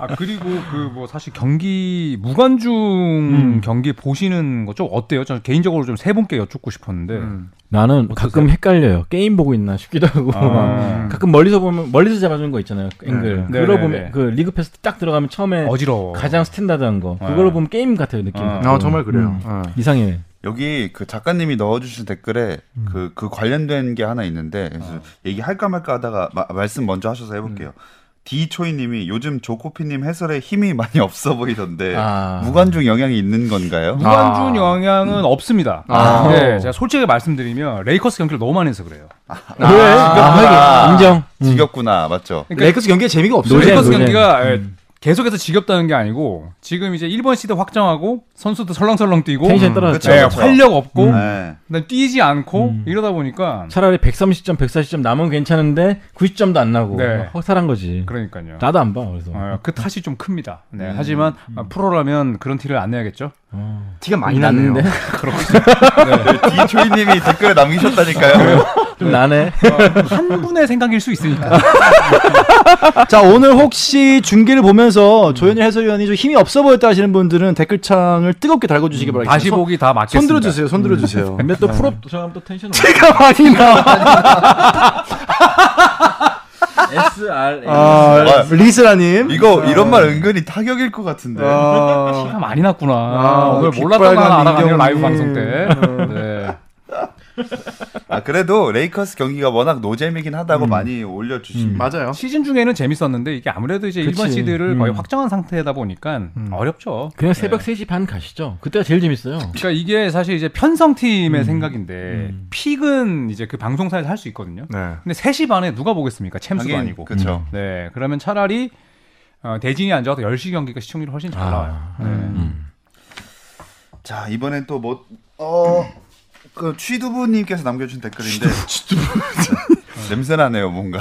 Speaker 5: 아 그리고 그 뭐 사실 경기 무관중
Speaker 6: 음.
Speaker 5: 경기 보시는 거 좀 어때요? 저는 개인적으로 좀 세 분께 여쭙고 싶었는데.
Speaker 6: 음. 나는 가끔 헷갈려요. 게임 보고 있나 싶기도 하고.
Speaker 5: 아.
Speaker 6: 가끔 멀리서 보면 멀리서 잡아주는 거 있잖아요. 앵글.
Speaker 5: 네,
Speaker 6: 그걸
Speaker 5: 네,
Speaker 6: 보면
Speaker 5: 네.
Speaker 6: 그 리그 패스 딱 들어가면 처음에
Speaker 5: 어지러워. 네.
Speaker 6: 가장 스탠다드한 거. 그걸로 보면 게임 같아요, 느낌.
Speaker 5: 아.
Speaker 2: 아 정말 그래요. 어.
Speaker 6: 이상해.
Speaker 3: 여기 그 작가님이 넣어주신 댓글에
Speaker 6: 음.
Speaker 3: 그 그 관련된 게 하나 있는데 그래서 얘기할까 말까 하다가 마- 말씀 먼저 하셔서 해볼게요. 디초이님이 요즘 조코피님 해설에 힘이 많이 없어
Speaker 5: 네.
Speaker 3: 보이던데
Speaker 6: 아.
Speaker 3: 무관중 영향이 있는 건가요?
Speaker 5: 무관중
Speaker 2: 아.
Speaker 5: 영향은 없습니다.
Speaker 2: 아.
Speaker 5: 네, 제가 솔직히 말씀드리면 레이커스 경기를 너무 많이 해서 그래요.
Speaker 6: 왜? 아, 하긴. 인정.
Speaker 3: 지겹구나 맞죠?
Speaker 5: 그러니까
Speaker 2: 그러니까 레이커스 경기에 재미가 없어요.
Speaker 6: 노잼,
Speaker 5: 레이커스
Speaker 6: 노잼.
Speaker 5: 경기가 예, 계속해서 지겹다는 게 아니고 지금 이제 1번 시드 확정하고 선수도 설렁설렁 뛰고
Speaker 6: 텐션이
Speaker 5: 음.
Speaker 6: 떨어졌죠.
Speaker 3: 그쵸.
Speaker 5: 예, 활력 없고
Speaker 3: 네.
Speaker 5: 그다음에 뛰지 않고
Speaker 6: 음.
Speaker 5: 이러다 보니까
Speaker 6: 차라리 130점, 140점 남은 괜찮은데 90점도 안 나고 뭐
Speaker 5: 네.
Speaker 6: 허탈한 거지.
Speaker 5: 그러니까요.
Speaker 6: 나도 안 봐. 그래서
Speaker 5: 어, 그 탓이 좀 큽니다. 네, 하지만 아, 프로라면 그런 티를 안 내야겠죠.
Speaker 2: 티가 많이 나네요.
Speaker 6: 났는데
Speaker 3: 디초이님이 댓글에 남기셨다니까요.
Speaker 6: 좀 나네.
Speaker 5: 한 분의 생각일 수 있으니까.
Speaker 2: 자 오늘 혹시 중계를 보면서 조현일 해설위원이 좀 힘이 없어 보였다 하시는 분들은 댓글창을 뜨겁게 달궈주시기 바랍니다.
Speaker 5: 다시 보기 다
Speaker 2: 손, 손
Speaker 5: 맞겠습니다.
Speaker 2: 들어주세요. 손 들어주세요.
Speaker 6: 근데 또 풀업 도착하면 또 텐션 올라.
Speaker 2: 티가 많이 나.
Speaker 6: S R
Speaker 2: 아, 리스라님.
Speaker 3: 이거 이런 말 은근히 타격일 것 같은데.
Speaker 2: 아,
Speaker 5: 아, 많이 났구나.
Speaker 2: 아,
Speaker 5: 오늘
Speaker 2: 귓발간
Speaker 5: 몰랐던 거 하나
Speaker 2: 민경님.
Speaker 5: 알아가네요, 라이브 방송 때. 네.
Speaker 3: 아 그래도 레이커스 경기가 워낙 노잼이긴 하다고 많이 올려주십니다.
Speaker 2: 맞아요.
Speaker 5: 시즌 중에는 재밌었는데 이게 아무래도 이제
Speaker 6: 그치.
Speaker 5: 1번 시드를 거의
Speaker 6: 음.
Speaker 5: 확정한 상태다 보니까 어렵죠.
Speaker 6: 그냥 새벽 3시 반 가시죠. 그때가 제일 재밌어요.
Speaker 5: 그러니까 이게 사실 이제 편성팀의 생각인데 픽은 이제 그 방송사에서 할 수 있거든요.
Speaker 2: 네.
Speaker 5: 근데 3시 반에 누가 보겠습니까? 챔스도
Speaker 3: 하긴,
Speaker 5: 아니고.
Speaker 3: 그쵸.
Speaker 5: 네. 그러면 차라리 어, 대진이 안 좋아도 10시 경기가 시청률이 훨씬 잘 나와요. 네.
Speaker 3: 자 이번엔 뭐, 어, 또뭐어그 음. 취두부님께서 남겨준 댓글인데 냄새 나네요 뭔가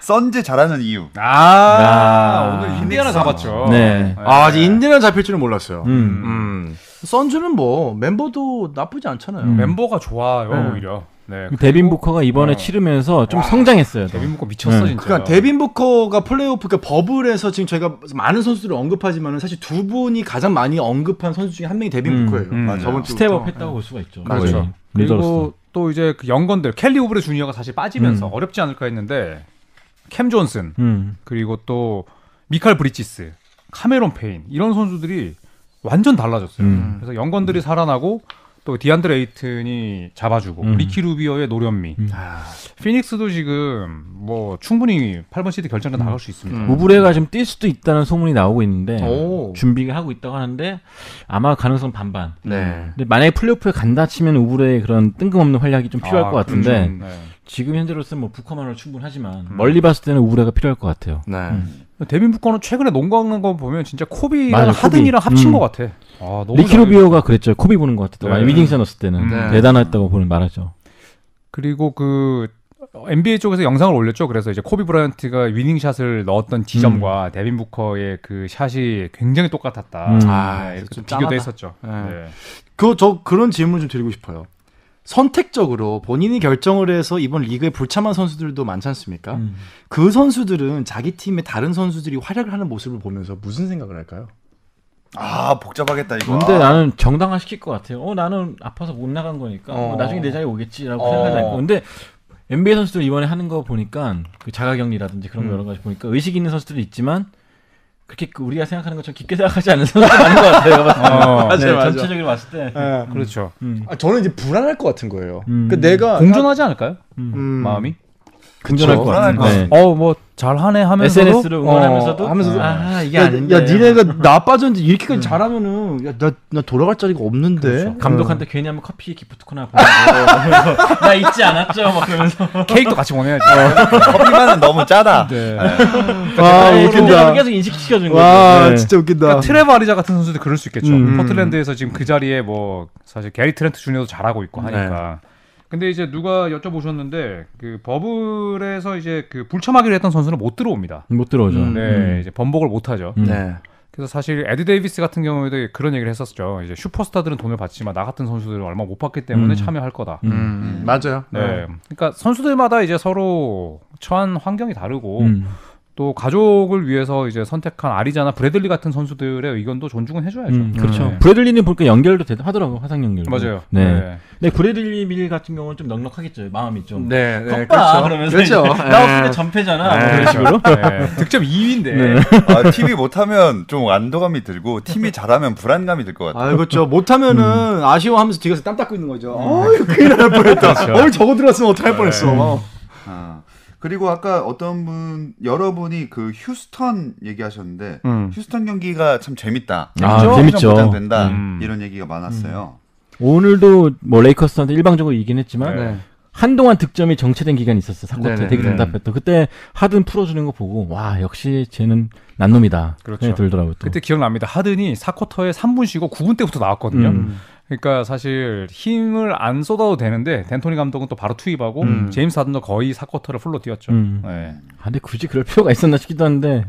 Speaker 3: 썬즈 잘하는 이유.
Speaker 5: 아,
Speaker 6: 아,
Speaker 5: 오늘 인디아나 잡았죠.
Speaker 6: 네.
Speaker 2: 아, 이제 인디는 잡힐 줄은 몰랐어요.
Speaker 6: 음.
Speaker 2: 음. 선주는 뭐 멤버도 나쁘지 않잖아요.
Speaker 6: 음.
Speaker 5: 멤버가 좋아요,
Speaker 2: 네.
Speaker 5: 오히려. 네.
Speaker 6: 데빈 부커가 이번에
Speaker 5: 어.
Speaker 6: 치르면서 좀 성장했어요. 또.
Speaker 5: 데빈 부커 미쳤어
Speaker 6: 네.
Speaker 5: 진짜.
Speaker 2: 그러니까 데빈 부커가 플레이오프 그 버블에서 지금 저희가 많은 선수들을 언급하지만 사실 두 분이 가장 많이 언급한 선수 중에 한 명이 데빈
Speaker 6: 음,
Speaker 2: 부커예요.
Speaker 5: 음.
Speaker 3: 맞아요.
Speaker 2: 저번 주
Speaker 6: 스텝업 했다고 볼 수가 있죠.
Speaker 2: 그렇죠.
Speaker 6: 거의. 리더로서.
Speaker 5: 그리고 또 이제 그 연건들 켈리 오브레 주니어가 사실 빠지면서
Speaker 6: 음.
Speaker 5: 어렵지 않을까 했는데 캠 존슨
Speaker 6: 음.
Speaker 5: 그리고 또 미칼 브리치스 카메론 페인 이런 선수들이 완전 달라졌어요.
Speaker 6: 음.
Speaker 5: 그래서 연건들이 살아나고 또 디안드레 에이튼이 잡아주고
Speaker 6: 음.
Speaker 5: 리키 루비어의 노련미 피닉스도 지금 뭐 충분히 8번 시드 결정전 나갈 수 있습니다.
Speaker 2: 음.
Speaker 6: 우브레가 좀 뛸 수도 있다는 소문이 나오고 있는데
Speaker 2: 오.
Speaker 6: 준비를 하고 있다고 하는데 아마 가능성 반반.
Speaker 2: 네.
Speaker 6: 근데 만약에 플레이오프에 간다 치면 우브레의 그런 뜬금없는 활약이 좀 필요할
Speaker 5: 아,
Speaker 6: 것 같은데
Speaker 5: 그렇죠. 네.
Speaker 6: 지금 현재로서는 뭐 부커만으로 충분하지만
Speaker 5: 음.
Speaker 6: 멀리 봤을 때는 우브레가 필요할 것 같아요.
Speaker 2: 네.
Speaker 5: 데빈 부커는 최근에 농구하는 거 보면 진짜 코비랑
Speaker 6: 맞아,
Speaker 5: 하든이랑
Speaker 6: 코비.
Speaker 5: 합친
Speaker 6: 음.
Speaker 5: 것 같아. 아, 너무 잘해.
Speaker 6: 리키로비오가 그랬죠. 코비 보는 것 같았다고.
Speaker 5: 네.
Speaker 6: 아니, 위닝세 넣었을
Speaker 2: 음.
Speaker 6: 때는
Speaker 5: 네.
Speaker 6: 대단했다고 보는 말하죠.
Speaker 5: 그리고 그 어, NBA 쪽에서 영상을 올렸죠. 그래서 이제 코비 브라이언트가 위닝샷을 넣었던 지점과 데빈 부커의 그 샷이 굉장히 똑같았다.
Speaker 6: 음.
Speaker 2: 아,
Speaker 5: 네, 이렇게
Speaker 2: 좀
Speaker 5: 비교도
Speaker 2: 짠하다.
Speaker 5: 했었죠.
Speaker 2: 네.
Speaker 5: 네.
Speaker 2: 그 저 그런 질문 좀 드리고 싶어요. 선택적으로 본인이 결정을 해서 이번 리그에 불참한 선수들도 많지 않습니까?
Speaker 6: 음.
Speaker 2: 그 선수들은 자기 팀의 다른 선수들이 활약을 하는 모습을 보면서 무슨 생각을 할까요?
Speaker 3: 아 복잡하겠다 이거.
Speaker 6: 근데
Speaker 3: 아,
Speaker 6: 나는 정당화 시킬 것 같아요. 어 나는 아파서 못 나간 거니까 뭐
Speaker 2: 어.
Speaker 6: 나중에 내 자리 오겠지라고
Speaker 5: 어.
Speaker 6: 생각하지 않고 근데 NBA 선수들 이번에 하는 거 보니까 그 자가격리라든지 그런
Speaker 2: 음.
Speaker 6: 거 여러 가지 보니까 의식 있는 선수들이 있지만 그렇게 그 우리가 생각하는 것처럼 깊게 생각하지 않는 선수들 많은 것 같아요. 네,
Speaker 2: 맞아요,
Speaker 5: 어,
Speaker 2: 맞아요.
Speaker 6: 전체적으로 봤을 때.
Speaker 5: 그렇죠.
Speaker 6: 음.
Speaker 2: 아, 저는 이제 불안할 것 같은 거예요.
Speaker 6: 음.
Speaker 2: 그 내가
Speaker 5: 공존하지 않을까요?
Speaker 2: 음,
Speaker 5: 마음이?
Speaker 6: 긍정할 것
Speaker 3: 불안할 것
Speaker 6: 같은데.
Speaker 5: 어, 뭐 잘하네 하면서도
Speaker 6: 네. SNS를 응원하면서도
Speaker 2: 어, 하면서도
Speaker 6: 아 이게
Speaker 2: 야,
Speaker 6: 아닌데. 음.
Speaker 2: 야, 니네가 나 빠졌는데 이렇게까지 잘하면은 야, 나, 나 돌아갈 자리가
Speaker 6: 네.
Speaker 2: 없는데.
Speaker 6: 그렇죠.
Speaker 2: 어.
Speaker 6: 감독한테 괜히 하면 커피 기프트코나 보내고 나 잊지 않았죠 막 그러면서
Speaker 5: 케이크도 같이 보내야지.
Speaker 2: 어.
Speaker 3: 아, 커피만은 너무 짜다.
Speaker 5: 네.
Speaker 2: 와,
Speaker 6: 아니, 네, 근데
Speaker 2: 웃긴다.
Speaker 6: 계속 인식시켜준 거죠.
Speaker 2: 와,
Speaker 6: 네.
Speaker 2: 진짜 웃긴다.
Speaker 5: 그러니까 트레버 아리자 같은 선수도 그럴 수 있겠죠.
Speaker 2: 음.
Speaker 5: 포틀랜드에서 지금 그 자리에 뭐 사실 게리 트렌트 주니어도 잘하고 있고
Speaker 2: 네.
Speaker 5: 하니까. 근데 이제 누가 여쭤보셨는데 그 버블에서 이제 그 불참하기로 했던 선수는 못 들어옵니다.
Speaker 6: 못 들어오죠.
Speaker 2: 음.
Speaker 5: 네,
Speaker 6: 음.
Speaker 5: 이제 번복을 못 하죠.
Speaker 6: 음.
Speaker 2: 네.
Speaker 5: 그래서 사실 에드 데이비스 같은 경우에도 그런 얘기를 했었죠. 이제 슈퍼스타들은 돈을 받지만 나 같은 선수들은 얼마 못 받기 때문에
Speaker 6: 음.
Speaker 5: 참여할 거다.
Speaker 6: 음.
Speaker 2: 음, 맞아요.
Speaker 5: 네, 그러니까 선수들마다 이제 서로 처한 환경이 다르고
Speaker 6: 음.
Speaker 5: 또 가족을 위해서 이제 선택한 아리자나 브래들리 같은 선수들의 의견도 존중은 해줘야죠.
Speaker 6: 음, 그렇죠.
Speaker 5: 네.
Speaker 6: 브래들리는 보니까 연결도 되- 하더라고요. 화상 연결.
Speaker 5: 맞아요.
Speaker 6: 네.
Speaker 5: 네.
Speaker 6: 근데 브래들리 빌 같은 경우는 좀 넉넉하겠죠. 마음이 좀.
Speaker 2: 네,
Speaker 6: 겉봐 그러면서
Speaker 2: 그렇죠.
Speaker 6: 이제 나 없으면 전패잖아. 뭐 이런 식으로.
Speaker 5: 네. 득점 2위인데.
Speaker 3: 아, 팀이 못하면 좀 안도감이 들고 팀이 잘하면 불안감이 들 것 같아.
Speaker 2: 아, 그렇죠. 못하면은
Speaker 6: 음.
Speaker 2: 아쉬워하면서 뒤에서 땀 닦고 있는 거죠. 어이, 큰일 날 뻔했다.
Speaker 5: 그렇죠.
Speaker 2: 오늘 저거 들었으면
Speaker 6: 네.
Speaker 2: 어떡할
Speaker 6: 음.
Speaker 2: 뻔했어.
Speaker 3: 아, 그리고 아까 어떤 분 여러분이 그 휴스턴 얘기하셨는데
Speaker 5: 음.
Speaker 3: 휴스턴 경기가 참 재밌다.
Speaker 6: 아,
Speaker 3: 좀
Speaker 6: 재밌죠.
Speaker 3: 보장된다
Speaker 5: 음.
Speaker 3: 이런 얘기가 많았어요.
Speaker 5: 네.
Speaker 6: 오늘도 뭐 레이커스한테 일방적으로 이긴 했지만 한동안 득점이 정체된 기간이 있었어요. 사쿼터
Speaker 5: 네네.
Speaker 6: 되게
Speaker 3: 네.
Speaker 6: 답답했던. 그때 하든 풀어주는 거 보고 와 역시 쟤는 난놈이다.
Speaker 5: 그렇죠.
Speaker 6: 생각이 들더라고요. 또.
Speaker 5: 그때 기억납니다. 하든이 4쿼터에 3분 쉬고 9분 때부터 나왔거든요.
Speaker 6: 음.
Speaker 5: 그러니까 사실 힘을 안 쏟아도 되는데 덴토니 감독은 또 바로 투입하고
Speaker 2: 음.
Speaker 5: 제임스 하든도 거의 4쿼터를 풀로 뛰었죠.
Speaker 6: 음.
Speaker 5: 네.
Speaker 6: 아, 근데 굳이 그럴 필요가 있었나 싶기도 한데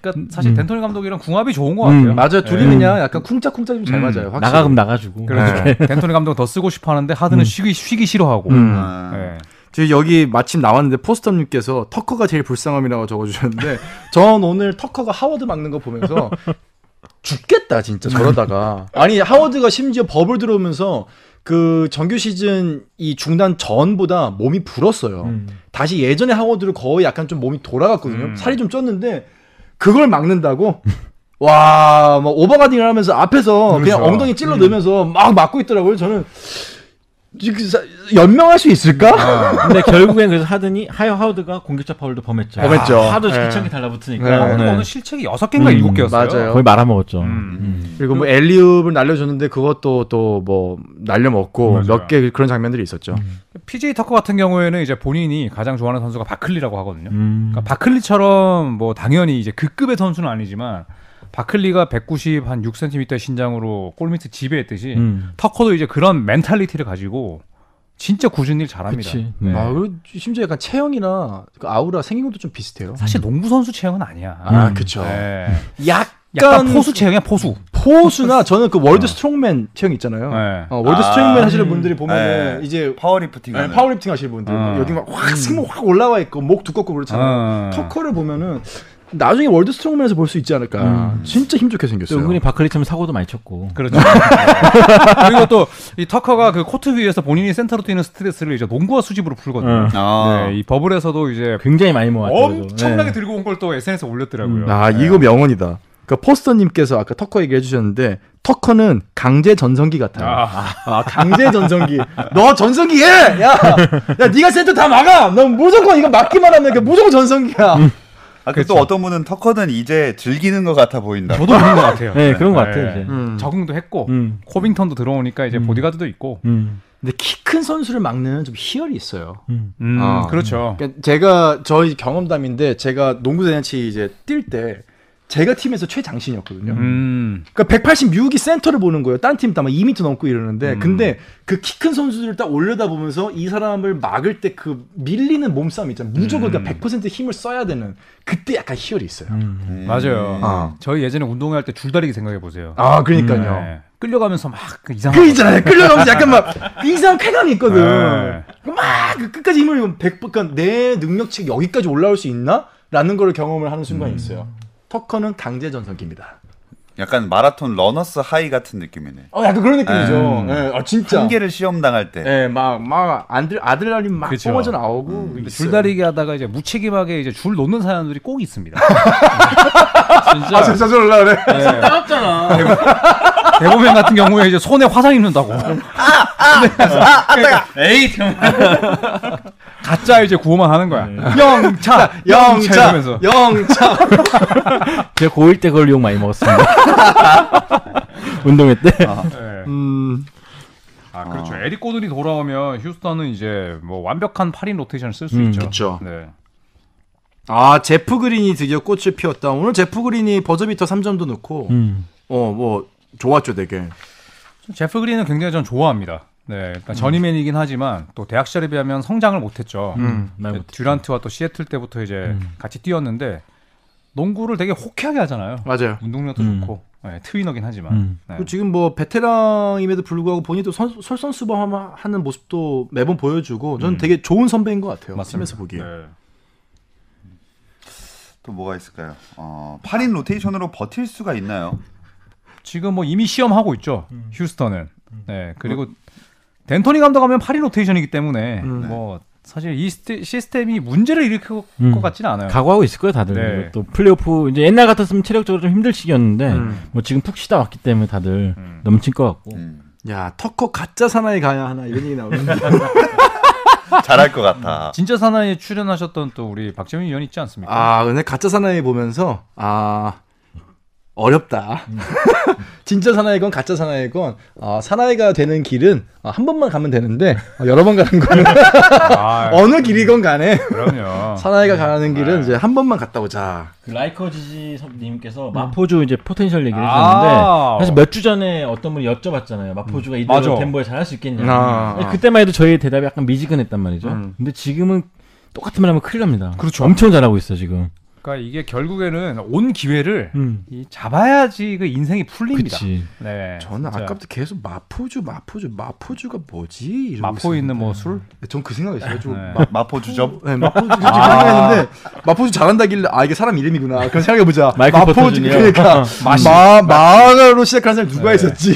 Speaker 5: 그러니까 사실
Speaker 6: 음.
Speaker 5: 덴토니 감독이랑 궁합이 좋은 것 같아요.
Speaker 6: 음,
Speaker 2: 맞아요. 둘이
Speaker 5: 네.
Speaker 2: 그냥 약간 쿵짝쿵짝 좀 잘
Speaker 3: 음.
Speaker 2: 맞아요. 확실히.
Speaker 6: 나가 그럼 나가주고.
Speaker 5: 그렇죠. 덴토니 감독은 더 쓰고 싶어 하는데 하든은
Speaker 6: 음.
Speaker 5: 쉬기, 쉬기 싫어하고.
Speaker 2: 음.
Speaker 3: 아,
Speaker 5: 네.
Speaker 2: 지금 여기 마침 나왔는데 포스터님께서 터커가 제일 불쌍함이라고 적어주셨는데 전 오늘 터커가 하워드 막는 거 보면서 죽겠다 진짜 저러다가 아니 하워드가 심지어 버블 들어오면서 그 정규 시즌 이 중단 전보다 몸이 불었어요.
Speaker 6: 음.
Speaker 2: 다시 예전에 하워드로 거의 약간 좀 몸이 돌아갔거든요.
Speaker 3: 음.
Speaker 2: 살이 좀 쪘는데 그걸 막는다고 와, 막 오버가딩을 하면서 앞에서 그냥
Speaker 5: 그렇죠.
Speaker 2: 엉덩이 찔러 넣으면서 막 막고 있더라고요. 저는 지금 사- 연명할 수 있을까?
Speaker 6: 네. 근데 결국엔 그래서 하더니 하여 하우드가 공격자 파울도 범했죠.
Speaker 2: 범했죠.
Speaker 6: 아, 하도
Speaker 5: 네.
Speaker 2: 예.
Speaker 6: 기창이 달라붙으니까
Speaker 2: 네.
Speaker 5: 아, 오늘
Speaker 6: 네.
Speaker 5: 실책이 6개인가
Speaker 6: 음,
Speaker 5: 7개였어요.
Speaker 2: 맞아요.
Speaker 6: 거의 말아먹었죠.
Speaker 5: 음.
Speaker 2: 그리고 뭐 엘리웁을 날려줬는데 그것도 또 뭐 날려먹고
Speaker 5: 맞아요.
Speaker 2: 몇 개 그런 장면들이 있었죠.
Speaker 5: PJ 터커 같은 경우에는 이제 본인이 가장 좋아하는 선수가 바클리라고 하거든요.
Speaker 6: 음.
Speaker 5: 그러니까 바클리처럼 뭐 당연히 이제 극급의 선수는 아니지만 바클리가 190 한 6cm 신장으로 골밑을 지배했듯이
Speaker 6: 음.
Speaker 5: 터커도 이제 그런 멘탈리티를 가지고 진짜 꾸준히 일 잘합니다.
Speaker 6: 그치. 네.
Speaker 2: 아, 그리고 심지어 약간 체형이나 그 아우라 생긴 것도 좀 비슷해요.
Speaker 5: 사실 농구 선수 체형은 아니야.
Speaker 2: 아,
Speaker 6: 음.
Speaker 2: 그쵸.
Speaker 5: 네.
Speaker 2: 약간,
Speaker 5: 약간 포수
Speaker 6: 그
Speaker 5: 체형이야 포수.
Speaker 2: 포수나 저는 그 월드 스트롱맨 체형 있잖아요.
Speaker 5: 네.
Speaker 2: 어, 월드
Speaker 3: 아,
Speaker 2: 스트링맨 하시는
Speaker 6: 음.
Speaker 2: 분들이 보면은
Speaker 3: 네.
Speaker 2: 이제
Speaker 3: 파워리프팅.
Speaker 2: 네, 파워리프팅 하시는 분들
Speaker 5: 어.
Speaker 2: 여기 막 확 승모 확 올라와 있고 목 두껍고 그렇잖아요.
Speaker 5: 어.
Speaker 2: 터커를 보면은 나중에 월드 스트롱맨에서 볼 수 있지 않을까. 진짜 힘 좋게
Speaker 6: 또
Speaker 2: 생겼어요.
Speaker 6: 은근히 바클리처럼 사고도 많이 쳤고.
Speaker 5: 그렇죠. 그리고 또 이 터커가 그 코트 위에서 본인이 센터로 뛰는 스트레스를 이제 농구와 수집으로 풀거든요.
Speaker 6: 어.
Speaker 3: 아,
Speaker 5: 네, 이 버블에서도 이제
Speaker 6: 굉장히 많이 모았죠.
Speaker 5: 엄청나게
Speaker 6: 그 네. 음.
Speaker 5: 들고 온 걸 또 SNS에 올렸더라고요.
Speaker 2: 아 이거 명언이다. 그 포스터님께서 아까 터커 얘기해 주셨는데 터커는 강제 전성기 같아요. 아,
Speaker 5: 아,
Speaker 2: 강제 전성기. 너 전성기 해. 야, 야 네가 센터 다 막아. 넌 무조건 이거 막기만 하면 그냥 무조건 전성기야.
Speaker 3: 아, 그또 어떤 분은 터커는 이제 즐기는 것 같아 보인다.
Speaker 5: 저도 그런 것 같아요.
Speaker 6: 네, 그런 것
Speaker 5: 네.
Speaker 6: 같아요. 이제.
Speaker 2: 음.
Speaker 5: 적응도 했고
Speaker 6: 음.
Speaker 5: 코빙턴도 들어오니까 이제
Speaker 6: 음.
Speaker 5: 보디가드도 있고.
Speaker 6: 음.
Speaker 2: 근데 키 큰 선수를 막는 좀 희열이 있어요.
Speaker 6: 음.
Speaker 5: 음,
Speaker 2: 아.
Speaker 5: 그렇죠.
Speaker 2: 그러니까 제가 저희 경험담인데 제가 농구 대잔치 이제 뛸 때 제가 팀에서 최장신이었거든요.
Speaker 5: 음,
Speaker 2: 그러니까 186이 센터를 보는 거예요. 딴 팀 다 막 2m 넘고 이러는데 근데 그 키 큰 선수들을 딱 올려다 보면서 이 사람을 막을 때 그 밀리는 몸싸움 있잖아요. 무조건 그러니까 100% 힘을 써야 되는 그때 약간 희열이 있어요.
Speaker 6: 음.
Speaker 5: 맞아요.
Speaker 2: 아.
Speaker 5: 저희 예전에 운동회 할 때 줄다리기 생각해 보세요.
Speaker 2: 아 그러니까요.
Speaker 5: 네. 끌려가면서 막그 이상한.
Speaker 2: 그 있잖아요. 끌려가면서 약간 막 이상한 쾌감이 있거든.
Speaker 5: 네.
Speaker 2: 막그 끝까지 힘을 100, 그러니까 내 능력치 여기까지 올라올 수 있나? 라는 걸 경험을 하는 순간이 있어요. 터커는 강제 전성기입니다.
Speaker 3: 약간 마라톤 러너스 하이 같은 느낌이네.
Speaker 2: 어, 약간 그런 느낌이죠. 예, 아, 진짜.
Speaker 3: 한계를 시험 당할 때.
Speaker 2: 예, 막, 막, 안들, 아들날림 막
Speaker 5: 네. 그쵸.
Speaker 2: 뿜어져 나오고.
Speaker 5: 근데
Speaker 2: 있어요.
Speaker 5: 음, 줄다리기 하다가 이제 무책임하게 이제 줄 놓는 사람들이 꼭 있습니다. 진짜.
Speaker 2: 아, 저, 저, 저, 올라 그래.
Speaker 5: 음, 대범행 같은 경우에 이제 손에 화상 입는다고.
Speaker 2: 아,
Speaker 5: 네.
Speaker 3: 에이,
Speaker 5: 가짜 이제 구호만 하는 거야.
Speaker 2: 네. 영차, 영차,
Speaker 5: 음, 이러면서.
Speaker 2: 영차.
Speaker 6: 제가 고1 때 그걸 욕 많이 먹었습니다. 운동회 때.
Speaker 5: 네.
Speaker 2: 음,
Speaker 5: 아 그렇죠. 에릭 고든이 돌아오면 휴스턴은 이제 뭐 완벽한 8인 로테이션을 쓸 수
Speaker 6: 음,
Speaker 5: 있죠.
Speaker 2: 그쵸.
Speaker 5: 네.
Speaker 2: 아, 제프 그린이 드디어 꽃을 피웠다. 오늘 제프 그린이 버저비터 3점도 넣고,
Speaker 6: 음.
Speaker 2: 어, 뭐, 좋았죠, 되게.
Speaker 5: 제프 그린은 굉장히 저는 좋아합니다. 네, 일단 전이맨이긴 하지만 또 대학 시절에 비하면 성장을 못했죠. 음.
Speaker 6: 말 못해.
Speaker 5: 듀란트와 또 시애틀 때부터 이제 같이 뛰었는데 농구를 되게 호쾌하게 하잖아요.
Speaker 2: 맞아요.
Speaker 5: 운동력도
Speaker 6: 음.
Speaker 5: 좋고 네, 트위너긴 하지만
Speaker 6: 음.
Speaker 5: 네.
Speaker 2: 그리고 지금 뭐 베테랑임에도 불구하고 본인이 또 선- 솔선수범하는 모습도 매번 보여주고 저는 되게 좋은 선배인 것 같아요. 팀에서 보기에.
Speaker 5: 음. 네.
Speaker 3: 또 뭐가 있을까요? 어, 8인 로테이션으로 버틸 수가 있나요?
Speaker 5: 지금 뭐 이미 시험하고 있죠. 휴스턴은. 네. 그리고 덴토니 감독하면 8인 로테이션이기 때문에
Speaker 2: 음.
Speaker 5: 뭐 사실 이 시스템- 시스템이 문제를 일으킬
Speaker 6: 음.
Speaker 5: 것 같지는 않아요.
Speaker 6: 각오하고 있을 거예요, 다들.
Speaker 5: 네.
Speaker 6: 그리고 또 플레이오프 이제 옛날 같았으면 체력적으로 좀 힘들 시기였는데
Speaker 2: 음.
Speaker 6: 뭐 지금 푹 쉬다 왔기 때문에 다들
Speaker 5: 음.
Speaker 6: 넘칠 것 같고.
Speaker 3: 음,
Speaker 2: 야 터커 가짜 사나이 가야 하나 이런 얘기 나오는데.
Speaker 3: 잘할 것 같아.
Speaker 5: 진짜 사나이에 출연하셨던 또 우리 박재민 위원 있지 않습니까?
Speaker 2: 아 근데 가짜 사나이 보면서 아 어렵다. 진짜 사나이건 가짜 사나이건 아, 사나이가 되는 길은 아, 한 번만 가면 되는데 아, 여러 번 가는 거는
Speaker 5: 아, 어,
Speaker 2: 어느 길이건 간에
Speaker 5: 그럼요.
Speaker 2: 사나이가 가는
Speaker 5: 아.
Speaker 2: 길은 이제 한 번만 갔다 오자.
Speaker 6: 그 라이커 지지 선- 님께서 마포주 이제 포텐셜 얘기를 하셨는데
Speaker 5: 음. 아,
Speaker 6: 사실 몇 주 전에 어떤 분이 여쭤봤잖아요. 마포주가
Speaker 5: 음. 맞아.
Speaker 6: 이대로 덴버에 잘할 수 있겠냐.
Speaker 2: 아.
Speaker 6: 그때만 해도 저희 대답이 약간 미지근했단 말이죠. 근데 지금은 똑같은 말 하면 큰일 납니다.
Speaker 5: 음. 그렇죠.
Speaker 6: 엄청 잘하고 있어 지금.
Speaker 5: 그러니까 이게 결국에는 온 기회를
Speaker 6: 음.
Speaker 5: 이 잡아야지 그 인생이 풀립니다.
Speaker 6: 그치.
Speaker 5: 네.
Speaker 2: 저는
Speaker 5: 진짜.
Speaker 2: 아까부터 계속 마포주 마포주 마포주가 뭐지? 이러고 네.
Speaker 5: 마포에 있는 뭐
Speaker 2: 있었는데.
Speaker 5: 술?
Speaker 2: 전그 생각했어요. 좀
Speaker 5: 네. 아.
Speaker 2: 마,
Speaker 3: 마포 주점.
Speaker 2: 네, 마포주 생각했는데 마포주 잘한다길래 아 이게 사람 이름이구나. 그럼 생각해 보자.
Speaker 6: 마이클
Speaker 2: 마포주
Speaker 6: 포터준이요?
Speaker 2: 그러니까 마 마로 시작하는 사람 누가
Speaker 5: 네.
Speaker 2: 있었지?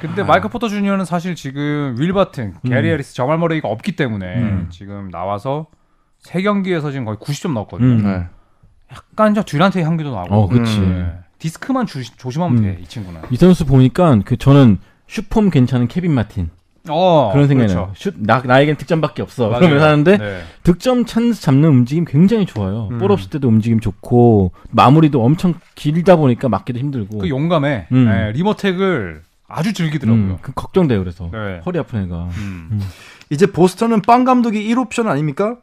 Speaker 5: 근데 마이크 포터 주니어는 사실 지금 윌 바튼, 게리 해리스, 저말 머레이가 없기 때문에
Speaker 6: 음.
Speaker 5: 지금 나와서 세 경기에서 지금 거의 90점 넣었거든요.
Speaker 6: 음.
Speaker 2: 네.
Speaker 5: 약간 이제 듀란트의 향기도 나고.
Speaker 6: 어, 그치.
Speaker 2: 음.
Speaker 5: 네. 디스크만 주- 조심하면
Speaker 6: 음.
Speaker 5: 돼, 이 친구는.
Speaker 6: 이 선수 보니까 그 저는 슈폼 괜찮은 케빈 마틴
Speaker 5: 어,
Speaker 6: 그런 생각이
Speaker 5: 그렇죠.
Speaker 6: 나요. 슛, 나 나에겐 득점밖에 없어.
Speaker 5: 맞아요.
Speaker 6: 그러면서 하는데
Speaker 5: 네.
Speaker 6: 득점 찬스 잡는 움직임 굉장히 좋아요.
Speaker 5: 음.
Speaker 6: 볼 없을 때도 움직임 좋고 마무리도 엄청 길다 보니까 맞기도 힘들고.
Speaker 5: 그 용감해.
Speaker 6: 음.
Speaker 5: 네, 리머택을 아주
Speaker 6: 음,
Speaker 5: 즐기더라고요.
Speaker 6: 그 걱정돼요 그래서
Speaker 5: 네.
Speaker 6: 허리 아픈 애가.
Speaker 5: 음.
Speaker 2: 이제 보스턴은 빵 감독이 1옵션 아닙니까?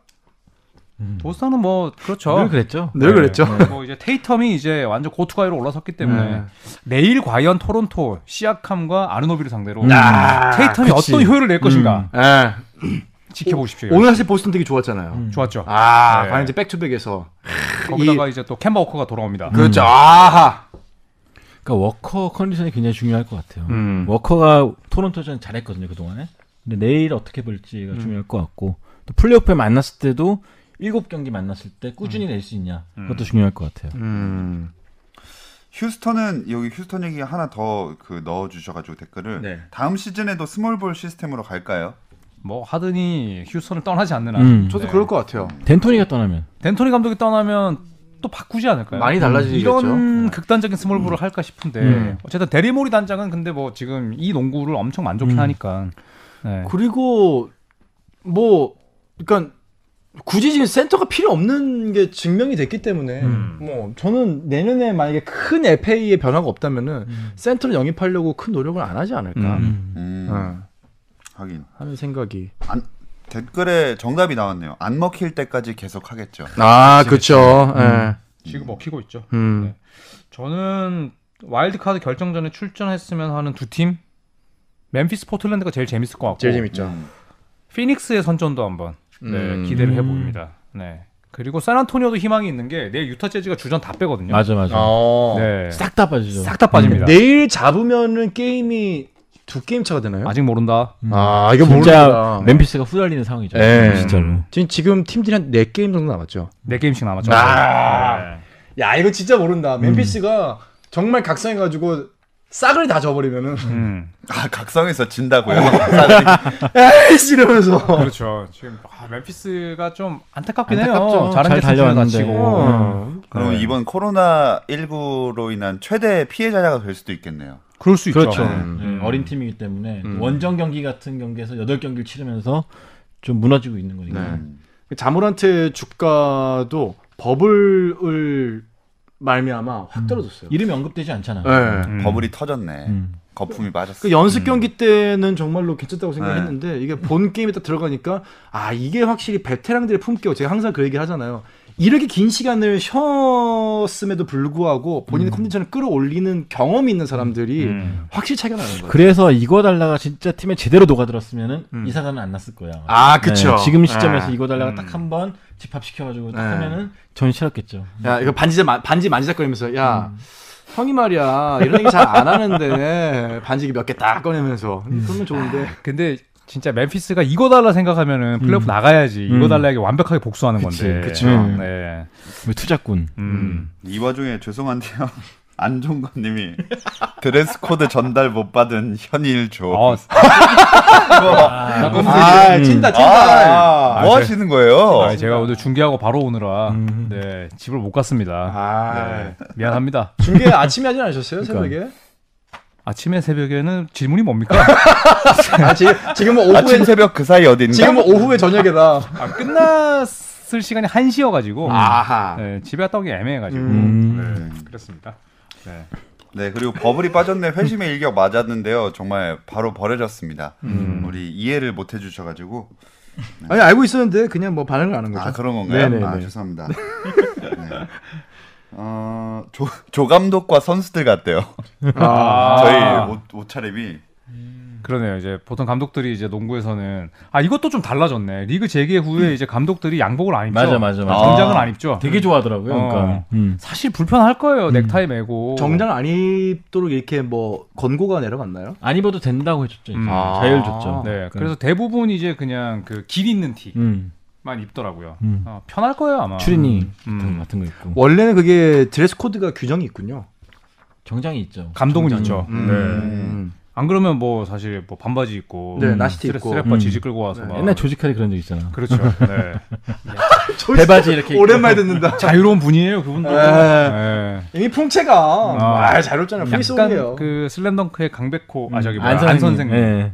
Speaker 5: 도스타는 뭐 그렇죠.
Speaker 6: 음. 늘 그랬죠.
Speaker 2: 늘 그랬죠.
Speaker 5: 네. 뭐 이제 테이텀이 이제 완전 고투가이로 올라섰기 때문에
Speaker 2: 네.
Speaker 5: 내일 과연 토론토 시아캄과 아르노비를 상대로
Speaker 2: 아,
Speaker 5: 테이텀이
Speaker 2: 그치.
Speaker 5: 어떤 효율을 낼 것인가
Speaker 2: 예.
Speaker 5: 지켜보십시오.
Speaker 2: 오늘 사실 보스턴 되게 좋았잖아요.
Speaker 6: 음.
Speaker 5: 좋았죠.
Speaker 2: 아,
Speaker 5: 네.
Speaker 2: 과연 이제 백투백에서
Speaker 5: 거기다가 이제 또 캔버 워커가 돌아옵니다.
Speaker 2: 그렇죠. 아하.
Speaker 6: 그러니까 워커 컨디션이 굉장히 중요할 것 같아요.
Speaker 5: 음.
Speaker 6: 워커가 토론토전 잘했거든요 그 동안에. 근데 내일 어떻게
Speaker 5: 음.
Speaker 6: 볼지가 중요할 것 같고 또 플레이오프에 만났을 때도 일곱 경기 만났을 때
Speaker 5: 음.
Speaker 6: 꾸준히 낼 수 있냐 그것도 중요할 것 같아요.
Speaker 2: 음.
Speaker 3: 휴스턴은 여기 휴스턴 얘기 하나 더 그 넣어 주셔가지고 댓글을
Speaker 6: 네.
Speaker 3: 다음 시즌에도 스몰볼 시스템으로 갈까요?
Speaker 5: 뭐 하드니 휴스턴을 떠나지 않는 한.
Speaker 6: 음.
Speaker 2: 저도
Speaker 5: 네.
Speaker 2: 그럴 것 같아요.
Speaker 6: 덴토니가 떠나면
Speaker 5: 덴토니 감독이 떠나면 또 바꾸지 않을까요?
Speaker 2: 많이 달라지겠죠. 네.
Speaker 5: 이런 극단적인 스몰볼을 할까 싶은데
Speaker 6: 음.
Speaker 5: 어쨌든 데리모리 단장은 근데 뭐 지금 이 농구를 엄청 만족해
Speaker 6: 음.
Speaker 5: 하니까 네.
Speaker 2: 그리고 뭐 그러니까 굳이 지금 센터가 필요 없는 게 증명이 됐기 때문에
Speaker 5: 음.
Speaker 2: 뭐 저는 내년에 만약에 큰 FA의 변화가 없다면은 센터를 영입하려고 큰 노력을 안 하지 않을까
Speaker 6: 음.
Speaker 3: 음,
Speaker 2: 어,
Speaker 3: 하긴
Speaker 2: 하는 생각이
Speaker 3: 댓글에 정답이 나왔네요. 안 먹힐 때까지 계속 하겠죠.
Speaker 2: 아 그렇죠
Speaker 5: 지금 먹히고 있죠.
Speaker 2: 음.
Speaker 5: 네. 저는 와일드카드 결정전에 출전했으면 하는 두 팀. 멤피스 포틀랜드가 제일 재밌을 것 같고
Speaker 2: 제일 재밌죠
Speaker 3: 음.
Speaker 5: 피닉스의 선전도 한번 네,
Speaker 2: 음.
Speaker 5: 기대를 해봅니다. 네. 그리고 샌안토니오도 희망이 있는 게 내일 유타 재즈가 주전 다 빼거든요.
Speaker 6: 맞아 맞아.
Speaker 2: 어. 네.
Speaker 5: 네.
Speaker 6: 싹 다 빠지죠.
Speaker 5: 싹 다 빠집니다.
Speaker 2: 내일 잡으면은 게임이 두 게임 차가 되나요?
Speaker 5: 아직 모른다.
Speaker 6: 음.
Speaker 2: 아, 이거
Speaker 6: 진짜
Speaker 2: 모르겠다.
Speaker 6: 멤피스가 후달리는 상황이죠.
Speaker 2: 예.
Speaker 6: 진짜로.
Speaker 2: 지금 지금 팀들이 한 네 게임 정도 남았죠.
Speaker 5: 네 게임씩 남았죠.
Speaker 2: 아.
Speaker 5: 네.
Speaker 2: 야 이거 진짜 모른다. 멤피스가 정말 각성해가지고 싹을 다 져버리면은
Speaker 5: 음.
Speaker 3: 아 각성에서 진다고요?
Speaker 2: 어, 네. 에이씨 이러면서
Speaker 5: 그렇죠. 지금 아, 멤피스가 좀 안타깝긴 해요.
Speaker 2: 어. 안타깝죠.
Speaker 5: 잘하는
Speaker 6: 잘
Speaker 5: 게 팀을
Speaker 6: 달려왔는데.
Speaker 5: 다치고. 음.
Speaker 2: 어.
Speaker 3: 그럼 이번 코로나 19로 인한 최대 피해자가 될 수도 있겠네요.
Speaker 5: 그럴 수 있죠.
Speaker 6: 그렇죠.
Speaker 3: 음.
Speaker 6: 네, 어린 팀이기 때문에 원정 경기 같은 경기에서 8경기를 치르면서 좀 무너지고 있는 거니까.
Speaker 3: 음.
Speaker 2: 네. 자모란트 주가도 버블을 말미암아 확 떨어졌어요.
Speaker 6: 이름이 언급되지 않잖아.
Speaker 2: 네.
Speaker 5: 음.
Speaker 3: 버블이 터졌네.
Speaker 6: 음.
Speaker 3: 거품이 빠졌어.
Speaker 2: 그 연습 경기 때는 정말로 괜찮다고 생각했는데 이게 본 게임에 딱 들어가니까 아 이게 확실히 베테랑들의 품격 제가 항상 그 얘기를 하잖아요. 이렇게 긴 시간을 쉬었음에도 불구하고 본인의 컨디션을 끌어올리는 경험이 있는 사람들이
Speaker 5: 음.
Speaker 2: 확실히 차이가 나는 거예요.
Speaker 6: 그래서 이거 달라가 진짜 팀에 제대로 녹아들었으면은
Speaker 2: 음.
Speaker 6: 이사가는 안 났을 거야.
Speaker 2: 아
Speaker 6: 네, 지금 시점에서 이거 달라가
Speaker 5: 음.
Speaker 6: 딱 한 번 집합시켜가지고 딱
Speaker 2: 네.
Speaker 6: 하면은 전 싫었겠죠.
Speaker 2: 야 이거 반지 마- 반지 만지작거리면서 야 형이 말이야 이런 얘기 잘 안 하는데 반지 몇 개 딱 꺼내면서 음. 그러면 좋은데
Speaker 5: 근데 진짜 멤피스가 이거 달라 생각하면은 플레이오프
Speaker 6: 음.
Speaker 5: 나가야지 이거
Speaker 6: 음.
Speaker 5: 달라에게 완벽하게 복수하는
Speaker 2: 그치,
Speaker 5: 건데.
Speaker 2: 그쵸.
Speaker 5: 네.
Speaker 6: 왜뭐 투자꾼.
Speaker 5: 음.
Speaker 3: 이 와중에 죄송한데요. 안종건님이 드레스 코드 전달 못 받은 현일조. 음.
Speaker 5: 어,
Speaker 2: 아 친다
Speaker 3: 아,
Speaker 5: 아,
Speaker 3: 뭐
Speaker 5: 제-
Speaker 3: 하시는 거예요?
Speaker 5: 아, 제가 오늘 중계하고 바로 오느라
Speaker 6: 음.
Speaker 5: 네, 집을 못 갔습니다.
Speaker 2: 아
Speaker 5: 네, 미안합니다.
Speaker 2: 중계 아침에 하진 않으셨어요 새벽에?
Speaker 5: 아침에 새벽에는 질문이 뭡니까?
Speaker 2: 아 지금 지금은 오후에
Speaker 3: 아침 새벽 그 사이 어딘가?
Speaker 2: 지금은 뭐- 오후에 저녁에다.
Speaker 5: 아, 끝났을 시간이 1시여가지고
Speaker 2: 아하.
Speaker 5: 네, 집에 갔다 오기 애매해가지고
Speaker 2: 음.
Speaker 5: 네, 그렇습니다. 네.
Speaker 3: 네, 그리고 버블이 빠졌네 회심의 일격 맞았는데요. 정말 바로 버려졌습니다.
Speaker 2: 음.
Speaker 3: 우리 이해를 못 해주셔가지고
Speaker 2: 네. 아니 알고 있었는데 그냥 뭐 반응을 안 한 거죠.
Speaker 3: 아 그런 건가요?
Speaker 2: 네네네.
Speaker 3: 아 죄송합니다. 네. 어, 조, 조 감독과 선수들 같대요.
Speaker 2: 아.
Speaker 3: 저희 옷, 옷차림이
Speaker 5: 그러네요. 이제 보통 감독들이 이제 농구에서는 아 이것도 좀 달라졌네. 리그 재개 후에 이제 감독들이 양복을 안 입죠.
Speaker 6: 음. 맞아, 맞아, 맞아.
Speaker 5: 정장은
Speaker 3: 아.
Speaker 5: 안 입죠.
Speaker 6: 되게 좋아하더라고요.
Speaker 5: 어.
Speaker 6: 그러니까 음.
Speaker 5: 사실 불편할 거예요. 넥타이 매고.
Speaker 2: 음. 정장 안 입도록 이렇게 뭐 권고가 내려갔나요?
Speaker 6: 안 입어도 된다고 해줬죠. 이제.
Speaker 5: 음.
Speaker 6: 자율 줬죠.
Speaker 5: 네.
Speaker 6: 그러니까.
Speaker 5: 그래서 대부분 이제 그냥 그 길 있는 티만
Speaker 6: 음.
Speaker 5: 입더라고요.
Speaker 6: 음.
Speaker 5: 어, 편할 거예요 아마.
Speaker 6: 추리닝
Speaker 5: 음.
Speaker 6: 같은, 같은 거 있고
Speaker 2: 원래는 그게 드레스 코드가 규정이 있군요.
Speaker 6: 정장이 있죠.
Speaker 5: 감동은
Speaker 6: 정장.
Speaker 5: 있죠. 네.
Speaker 2: 음.
Speaker 5: 안 그러면 뭐 사실 뭐 반바지 입고
Speaker 2: 네, 나시티
Speaker 5: 스트레-
Speaker 2: 입고. 네.
Speaker 5: 스트랩바
Speaker 6: 음.
Speaker 5: 지지 끌고 와서 막.
Speaker 6: 옛날 조직칼이 그런 적 있잖아.
Speaker 5: 그렇죠. 네.
Speaker 6: 그 배바지 이렇게
Speaker 2: 오랜만에 듣는다.
Speaker 5: 자유로운 분이에요 그분도.
Speaker 2: 에.
Speaker 5: 네.
Speaker 2: 이미 풍채가
Speaker 5: 아.
Speaker 2: 아, 잘 웃잖아요.
Speaker 5: 약간
Speaker 2: 프리소이에요.
Speaker 5: 그 슬램덩크의 강백호 아 저기
Speaker 6: 음.
Speaker 5: 뭐야,
Speaker 6: 안
Speaker 5: 안
Speaker 6: 선생님.
Speaker 5: 선생님
Speaker 2: 네.
Speaker 6: 예.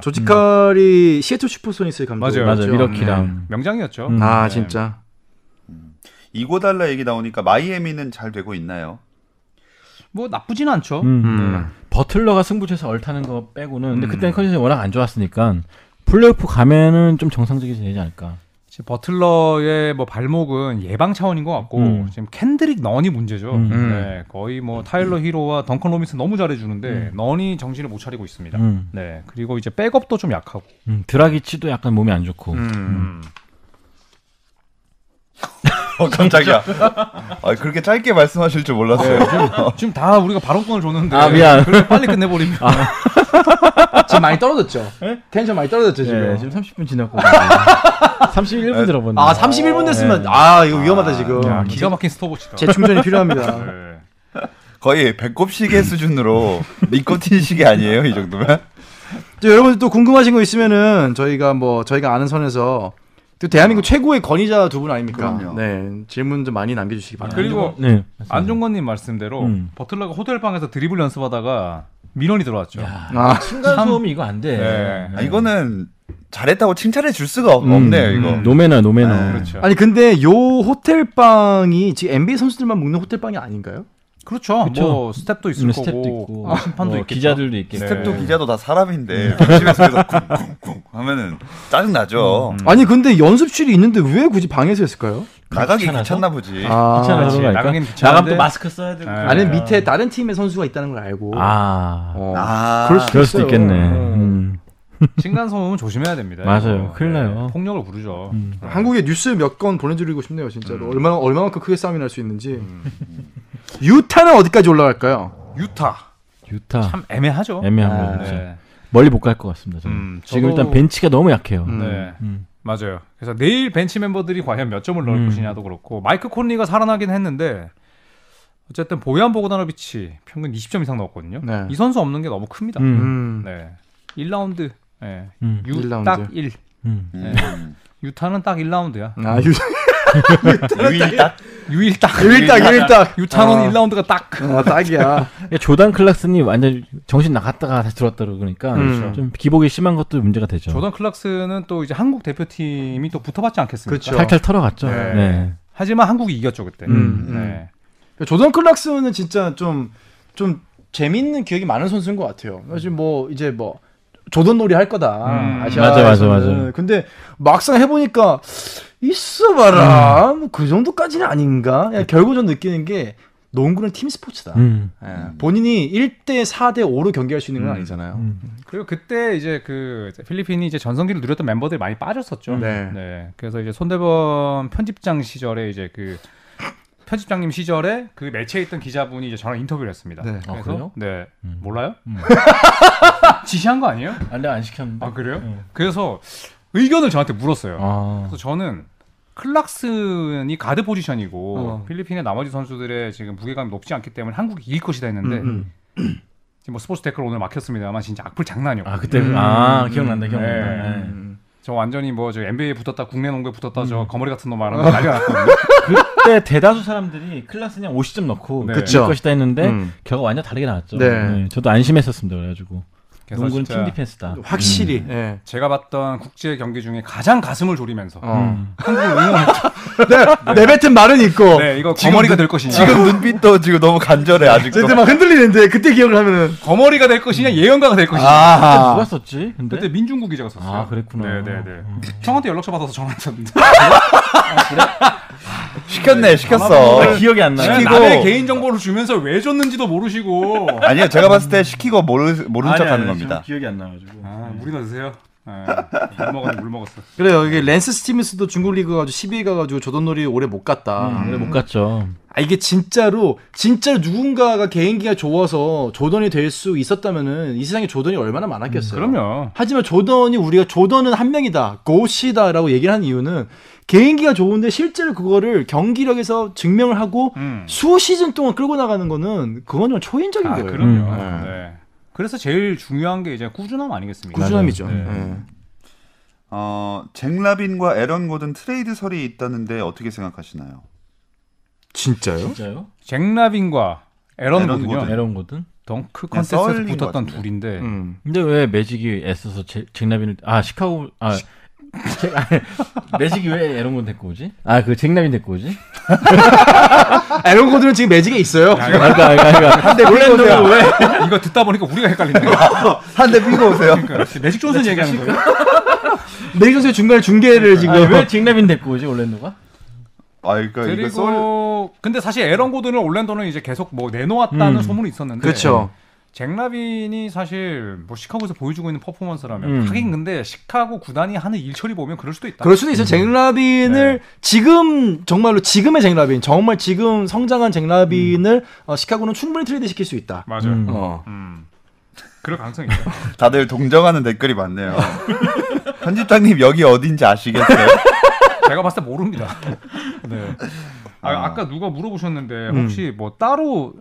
Speaker 2: 음. 조지칼이 시애틀 슈퍼소닉스 감독
Speaker 5: 맞아요,
Speaker 6: 맞아요. 미러키랑
Speaker 5: 음, 명장이었죠.
Speaker 6: 음.
Speaker 2: 아
Speaker 5: 네.
Speaker 2: 진짜.
Speaker 3: 이고달라 얘기 나오니까 마이애미는 잘 되고 있나요?
Speaker 5: 뭐 나쁘진 않죠.
Speaker 6: 음.
Speaker 2: 음.
Speaker 6: 버틀러가 승부처에서 얼타는 거 빼고는 근데
Speaker 5: 음.
Speaker 6: 그때 컨디션이 워낙 안 좋았으니까 플레이오프 가면은 좀 정상적이지 되지 않을까.
Speaker 5: 지금 버틀러의 뭐 발목은 예방 차원인 것 같고
Speaker 6: 음.
Speaker 5: 지금 캔드릭 넌이 문제죠.
Speaker 6: 음.
Speaker 5: 네, 거의 뭐 타일러 히로와 던컨 로빈슨 너무 잘해주는데 넌이 정신을 못 차리고 있습니다.
Speaker 6: 음.
Speaker 5: 네, 그리고 이제 백업도 좀 약하고.
Speaker 6: 음, 드라기치도 약간 몸이 안 좋고.
Speaker 5: 음.
Speaker 6: 음.
Speaker 3: 어, 깜짝이야. 아, 그렇게 짧게 말씀하실 줄 몰랐어요.
Speaker 2: 네.
Speaker 5: 아, 지금 다 우리가 발언권을 줬는데
Speaker 6: 아, 미안. 아,
Speaker 5: 그래서 빨리 끝내버리면
Speaker 2: 지금 많이 떨어졌죠. 텐션 많이 떨어졌죠 지금.
Speaker 6: 네, 지금 30분 지났고 31분 들어봤네.
Speaker 2: 아 31분 됐으면 아 이거 위험하다 지금.
Speaker 5: 야,
Speaker 6: 음.
Speaker 5: 기가 막힌 스톱워치다.
Speaker 2: 재충전이 필요합니다.
Speaker 5: 네.
Speaker 3: 거의 배꼽 시계 수준으로 니코틴 시계 아니에요? 이 정도면?
Speaker 2: 또 여러분들 또 궁금하신 거 있으면은 저희가 뭐 저희가 아는 선에서 또 대한민국 최고의 권위자 두 분 아닙니까?
Speaker 3: 그럼요.
Speaker 2: 네 질문 좀 많이 남겨주시기 바랍니다.
Speaker 5: 그리고
Speaker 6: 네.
Speaker 5: 안종건님 말씀대로
Speaker 6: 음.
Speaker 5: 버틀러가 호텔 방에서 드리블 연습하다가 민원이 들어왔죠.
Speaker 6: 야,
Speaker 2: 아,
Speaker 5: 그렇죠.
Speaker 6: 층간 소음이 이거 안 돼.
Speaker 5: 네.
Speaker 3: 아, 이거는 잘했다고 칭찬해 줄 수가 없, 없네요,
Speaker 2: 음,
Speaker 3: 이거.
Speaker 6: 음. 노매너 노매너.
Speaker 5: 그렇죠.
Speaker 2: 아니 근데 요 호텔 방이 지금 NBA 선수들만 묵는 호텔 방이 아닌가요?
Speaker 5: 그렇죠.
Speaker 6: 그쵸.
Speaker 5: 뭐 스텝도 있을
Speaker 6: 음,
Speaker 5: 거고
Speaker 6: 스텝도 있고
Speaker 5: 뭐 심판도
Speaker 6: 뭐
Speaker 5: 있겠죠.
Speaker 6: 기자들도 있겠
Speaker 5: 네.
Speaker 3: 스텝도 기자도 다 사람인데 집에서 쿵쿵쿵 하면은 짜증 나죠.
Speaker 2: 아니 근데 연습실이 있는데 왜 굳이 방에서 했을까요?
Speaker 3: 나가기
Speaker 6: 귀찮아서?
Speaker 3: 귀찮나
Speaker 5: 네.
Speaker 3: 보지.
Speaker 2: 아,
Speaker 6: 귀찮아서
Speaker 5: 그렇지.
Speaker 6: 그런 거
Speaker 5: 나가긴
Speaker 6: 아닐까?
Speaker 5: 귀찮은데.
Speaker 6: 나가면 또 마스크 써야 되고.
Speaker 5: 네.
Speaker 2: 아니 밑에 다른 팀의 선수가 있다는 걸 알고.
Speaker 6: 아.
Speaker 2: 어.
Speaker 3: 아,
Speaker 2: 그럴 수-
Speaker 6: 그럴 수도
Speaker 2: 있어요.
Speaker 6: 있겠네.
Speaker 2: 음.
Speaker 6: 음.
Speaker 5: 층간 소음은 조심해야 됩니다.
Speaker 6: 맞아요.
Speaker 5: 이거. 네.
Speaker 6: 큰일 나요.
Speaker 5: 폭력을 부르죠.
Speaker 6: 음.
Speaker 2: 한국에 뉴스 몇 건 보내드리고 싶네요 진짜로 얼마나 얼마만큼 크게 싸움이 날 수 있는지. 유타는 어디까지 올라갈까요?
Speaker 5: 유타
Speaker 6: 유타.
Speaker 5: 참 애매하죠.
Speaker 6: 애매한
Speaker 2: 아,
Speaker 6: 거죠.
Speaker 5: 네.
Speaker 6: 진짜. 멀리 못 갈 것 같습니다. 저는.
Speaker 5: 음,
Speaker 6: 지금
Speaker 5: 저도-
Speaker 6: 일단 벤치가 너무 약해요.
Speaker 2: 음.
Speaker 5: 네.
Speaker 6: 음.
Speaker 5: 맞아요. 그래서 내일 벤치 멤버들이 과연 몇 점을 넣을
Speaker 6: 음.
Speaker 5: 것이냐도 그렇고 마이크 콘리가 살아나긴 했는데 어쨌든 보얀 보고다노비치 평균 20점 이상 넣었거든요.
Speaker 2: 네.
Speaker 5: 이 선수 없는 게 너무 큽니다.
Speaker 6: 음.
Speaker 2: 음.
Speaker 5: 네. 1라운드. 네.
Speaker 6: 음.
Speaker 5: 유,
Speaker 2: 1라운드.
Speaker 5: 딱 1.
Speaker 6: 음.
Speaker 3: 음.
Speaker 5: 유타는 딱 1라운드야.
Speaker 2: 아 유.
Speaker 3: 유일 딱
Speaker 5: 유일 딱.
Speaker 2: 유일딱 유일딱
Speaker 5: 유타는
Speaker 2: 아.
Speaker 5: 1라운드가 딱.
Speaker 2: 아, 딱이야.
Speaker 6: 그러니까 조단 클락슨이 완전 정신 나갔다가 다시 들어왔다 그러니까
Speaker 2: 음.
Speaker 6: 좀 기복이 심한 것도 문제가 되죠.
Speaker 5: 조던 클락스는 또 이제 한국 대표팀이 또 붙어봤지 않겠습니까?
Speaker 2: 그렇죠.
Speaker 6: 탈탈 털어갔죠.
Speaker 5: 네.
Speaker 6: 네.
Speaker 5: 하지만 한국이 이겼죠 그때.
Speaker 6: 음.
Speaker 5: 네.
Speaker 2: 그 조던 클락스는 진짜 좀, 좀 재밌는 기억이 많은 선수인 것 같아요. 사실 뭐, 이제 뭐, 조던 놀이 할 거다.
Speaker 5: 음,
Speaker 2: 아시아.
Speaker 6: 맞아, 맞아, 맞아.
Speaker 2: 근데 막상 해보니까, 있어봐라.
Speaker 6: 음.
Speaker 2: 뭐그 정도까지는 아닌가? 그냥 결국 전 느끼는 게, 농구는 팀 스포츠다.
Speaker 6: 음.
Speaker 2: 예, 본인이 1대 4대 5로 경기할 수 있는 건 아니잖아요.
Speaker 6: 음.
Speaker 5: 그리고 그때 이제 그 필리핀이 이제 전성기를 누렸던 멤버들이 많이 빠졌었죠.
Speaker 2: 네.
Speaker 5: 그래서 이제 손대범 편집장 시절에 이제 그 편집장님 시절에 그 매체에 있던 기자분이 이제 저랑 인터뷰를 했습니다.
Speaker 2: 네.
Speaker 6: 아, 그래요?
Speaker 5: 네.
Speaker 6: 음.
Speaker 5: 몰라요?
Speaker 6: 음.
Speaker 5: 지시한 거 아니에요?
Speaker 6: 아, 내가 안 시켰는데.
Speaker 5: 아 그래요?
Speaker 6: 음.
Speaker 5: 그래서 의견을 저한테 물었어요.
Speaker 6: 아.
Speaker 5: 그래서 저는 클락슨이 가드 포지션이고
Speaker 2: 어.
Speaker 5: 필리핀의 나머지 선수들의 지금 무게감이 높지 않기 때문에 한국이 이길 것이다
Speaker 6: 네.
Speaker 5: 했는데
Speaker 2: 음,
Speaker 5: 지금 뭐 스포츠 댓글 오늘 막혔습니다만 진짜 악플 장난이요.
Speaker 6: 아, 그때
Speaker 2: 음.
Speaker 6: 아 기억난다 기억난다.
Speaker 5: 네.
Speaker 6: 네.
Speaker 2: 음.
Speaker 5: 저 완전히 뭐 저 NBA에 붙었다 국내 농구에 붙었다 저 거머리 같은 놈 말하는 거 난리가 났거든요.
Speaker 6: 그때 대다수 사람들이 클락슨이 한 50점 넣고
Speaker 5: 네.
Speaker 6: 그
Speaker 2: 그쵸.
Speaker 6: 것이다 했는데
Speaker 2: 음.
Speaker 6: 결과 완전 다르게 나왔죠.
Speaker 2: 네.
Speaker 6: 저도 안심했었습니다 그래가지고.
Speaker 5: 그래서
Speaker 6: 농구는
Speaker 5: 진짜
Speaker 6: 팀 디펜스다.
Speaker 2: 확실히.
Speaker 6: 음.
Speaker 2: 예.
Speaker 5: 제가 봤던 국제 경기 중에 가장 가슴을 졸이면서
Speaker 6: 음.
Speaker 5: 한국을 응원했죠.
Speaker 2: 어. 네. 내뱉은 말은 있고.
Speaker 5: 네, 이거
Speaker 3: 지금
Speaker 5: 거머리가
Speaker 3: 눈-
Speaker 5: 될 것이냐.
Speaker 3: 지금 눈빛도 지금 너무 간절해 아직도.
Speaker 2: 저때 막 흔들리는데 그때 기억을 하면은
Speaker 5: 거머리가 될 것이냐 예언가가 될 것이냐.
Speaker 3: 아.
Speaker 6: 누가 썼지? 근데
Speaker 5: 그때 민중국 기자가 썼어요.
Speaker 6: 네? 아, 그랬구나.
Speaker 5: 네네네.
Speaker 6: 음.
Speaker 5: 형한테 연락처 받아서 전화했었는데.
Speaker 3: 시켰네
Speaker 6: 나
Speaker 3: 시켰어.
Speaker 6: 아, 기억이 안 나요.
Speaker 3: 시키고-
Speaker 5: 네, 남의 개인 정보를 주면서 왜 줬는지도 모르시고.
Speaker 3: 아니요 제가 봤을 때 시키고 모르 모른
Speaker 6: 아니,
Speaker 3: 척하는
Speaker 6: 아니,
Speaker 3: 겁니다.
Speaker 6: 지금 기억이 안 나가지고.
Speaker 5: 아, 물이나 드세요. 아, 물 먹었네, 물 먹었어.
Speaker 2: 그래요. 이게 랜스 스티븐스도 중국 리그 가지고 12위 가가지고 조던놀이 오래 못 갔다.
Speaker 5: 음.
Speaker 6: 오래 못 갔죠.
Speaker 2: 아 이게 진짜로 진짜로 누군가가 개인기가 좋아서 조던이 될 수 있었다면은 이 세상에 조던이 얼마나 많았겠어요.
Speaker 5: 음, 그럼요.
Speaker 2: 하지만 조던이 우리가 조던은 한 명이다, 고시다라고 얘기를 하는 이유는 개인기가 좋은데 실제로 그거를 경기력에서 증명을 하고
Speaker 5: 음.
Speaker 2: 수 시즌 동안 끌고 나가는 거는 그건 좀 초인적인
Speaker 5: 아,
Speaker 2: 거예요.
Speaker 5: 그럼요.
Speaker 2: 음.
Speaker 5: 네. 그래서 제일 중요한 게 이제 꾸준함 아니겠습니까?
Speaker 2: 꾸준함이죠.
Speaker 5: 네.
Speaker 2: 예.
Speaker 3: 어, 잭라빈과 에런 고든 트레이드설이 있다는데 어떻게 생각하시나요?
Speaker 2: 진짜요?
Speaker 6: 진짜요?
Speaker 5: 네. 잭라빈과 에런
Speaker 3: 에런
Speaker 5: 고든요.
Speaker 3: 고든.
Speaker 6: 에런 거든.
Speaker 5: 덩크
Speaker 3: 그냥
Speaker 5: 컨테스트에서
Speaker 3: 썰린 것
Speaker 5: 붙었던
Speaker 3: 같은데.
Speaker 5: 둘인데
Speaker 2: 음.
Speaker 6: 근데 왜 매직이 애써서 제- 잭라빈을 아 시카고 아 잭- 아니, 매직이 왜 에런 건 데리고 오지? 아 그 잭라빈 데리고 오지?
Speaker 2: 아, 이런 거들은 지금 매직에 있어요. 네,
Speaker 6: 아까 그러니까, 아까 아까
Speaker 5: 놀랜드가 왜 이거 듣다 보니까 우리가 헷갈리네요.
Speaker 3: 한 대 피고 오세요.
Speaker 5: 그러니까 매직 존슨 얘기하는 거예요.
Speaker 2: 매직 선수의 중간에 중계를 지금
Speaker 6: 아, 왜 잭라빈 데리고 오지 올랜도가?
Speaker 3: 아, 그러니까 이거 썰
Speaker 5: 그리고 근데 사실 에런 고든을 올랜도는 이제 계속 뭐 내놓았다는
Speaker 6: 음.
Speaker 5: 소문이 있었는데
Speaker 2: 그렇죠.
Speaker 5: 잭라빈이 사실 뭐 시카고에서 보여주고 있는 퍼포먼스라면
Speaker 6: 음.
Speaker 5: 하긴 근데 시카고 구단이 하는 일처리 보면 그럴 수도 있다.
Speaker 2: 그럴 수도 있어요. 잭라빈을 지금 정말로 지금의 잭라빈, 정말 지금 성장한 잭라빈을 어, 시카고는 충분히 트레이드 시킬 수 있다.
Speaker 5: 맞아요.
Speaker 6: 음.
Speaker 2: 어.
Speaker 5: 음. 그럴 가능성이 있죠.
Speaker 3: 다들 동정하는 댓글이 많네요. 편집장님 여기 어딘지 아시겠어요?
Speaker 5: 제가 봤을 때 모릅니다. 네. 아, 아까 누가 물어보셨는데
Speaker 2: 음.
Speaker 5: 혹시 뭐 따로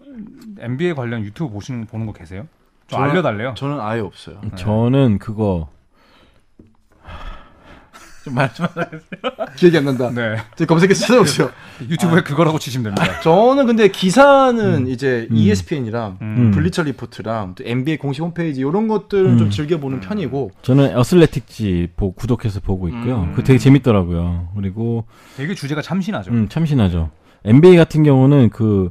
Speaker 5: NBA 관련 유튜브 보시는 보는 거 계세요? 좀
Speaker 2: 저요?
Speaker 5: 알려달래요.
Speaker 2: 저는 아예 없어요.
Speaker 6: 네. 저는 그거 좀 말좀
Speaker 2: 기억이 안 난다.
Speaker 5: 네.
Speaker 2: 지금 검색해서 찾아보세요.
Speaker 5: 유튜브에 그거라고 치시면 됩니다.
Speaker 2: 저는 근데 기사는 이제 E ESPN이랑
Speaker 5: 음.
Speaker 2: 블리처 리포트랑 또 NBA 공식 홈페이지 이런 것들은 좀 즐겨 보는 편이고
Speaker 6: 저는 어슬레틱지 보, 구독해서 보고 있고요.
Speaker 2: 음.
Speaker 6: 그거 되게 재밌더라고요. 그리고
Speaker 5: 되게 주제가 참신하죠.
Speaker 6: 음, 참신하죠. NBA 같은 경우는 그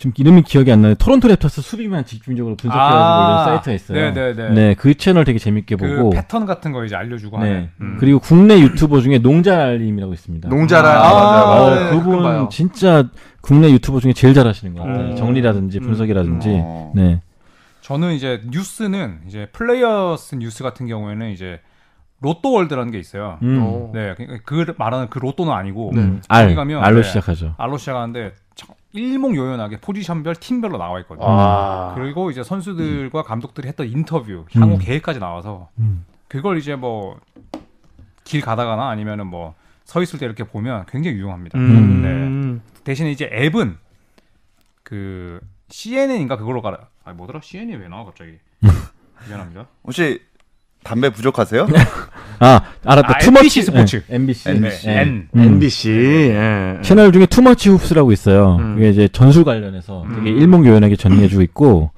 Speaker 6: 지금 이름이 기억이 안 나는데 토론토 랩터스 수비만 집중적으로 분석해가지고
Speaker 5: 아,
Speaker 6: 올린 사이트가 있어요.
Speaker 5: 네네네.
Speaker 6: 네, 그 채널 되게 재밌게
Speaker 5: 그
Speaker 6: 보고.
Speaker 5: 패턴 같은 거 이제 알려주고
Speaker 6: 네.
Speaker 5: 하는. 음.
Speaker 6: 그리고 국내 유튜버 중에 농자님이라고 있습니다.
Speaker 2: 농자랑
Speaker 3: 아, 맞아요,
Speaker 6: 어,
Speaker 3: 맞아요.
Speaker 2: 네, 가끔 봐요.
Speaker 6: 그분 진짜 국내 유튜버 중에 제일 잘하시는 것 같아요.
Speaker 2: 음.
Speaker 6: 정리라든지 분석이라든지.
Speaker 5: 음.
Speaker 3: 어.
Speaker 6: 네.
Speaker 5: 저는 이제 뉴스는 이제 플레이어스 뉴스 같은 경우에는 이제 로또 월드라는 게 있어요.
Speaker 6: 음.
Speaker 2: 어.
Speaker 5: 네, 그- 그 말하는 그 로또는 아니고
Speaker 6: 음.
Speaker 5: 거기
Speaker 6: 알.
Speaker 5: 가면,
Speaker 6: 알로
Speaker 5: 네.
Speaker 6: 시작하죠.
Speaker 5: 알로 시작하는데 참 일목요연하게 포지션별 팀별로 나와 있거든요.
Speaker 6: 아.
Speaker 2: 와.
Speaker 5: 그리고 이제 선수들과 감독들이 했던 인터뷰, 향후
Speaker 6: 음.
Speaker 5: 계획까지 나와서
Speaker 6: 음.
Speaker 5: 그걸 이제 뭐 길 가다가나 아니면은 뭐 서 있을 때 이렇게 보면 굉장히 유용합니다. 네.
Speaker 2: 음.
Speaker 5: 대신에 이제 앱은 그 CNN인가 그걸로 가라. 아 뭐더라? CNN이 왜 나와 갑자기? 미안합니다.
Speaker 3: 혹시 담배 부족하세요?
Speaker 6: 아, 알았다.
Speaker 5: 아,
Speaker 6: 투머치
Speaker 5: MBC 스포츠.
Speaker 6: 네, MBC.
Speaker 3: MBC.
Speaker 5: 네, N.
Speaker 6: 음.
Speaker 2: NBC
Speaker 5: 네.
Speaker 2: 예.
Speaker 6: 채널 중에 투머치 훅스라고 있어요.
Speaker 2: 음.
Speaker 6: 이게 이제 전술 관련해서
Speaker 5: 음.
Speaker 6: 되게 일목요연하게 전개해주고 있고,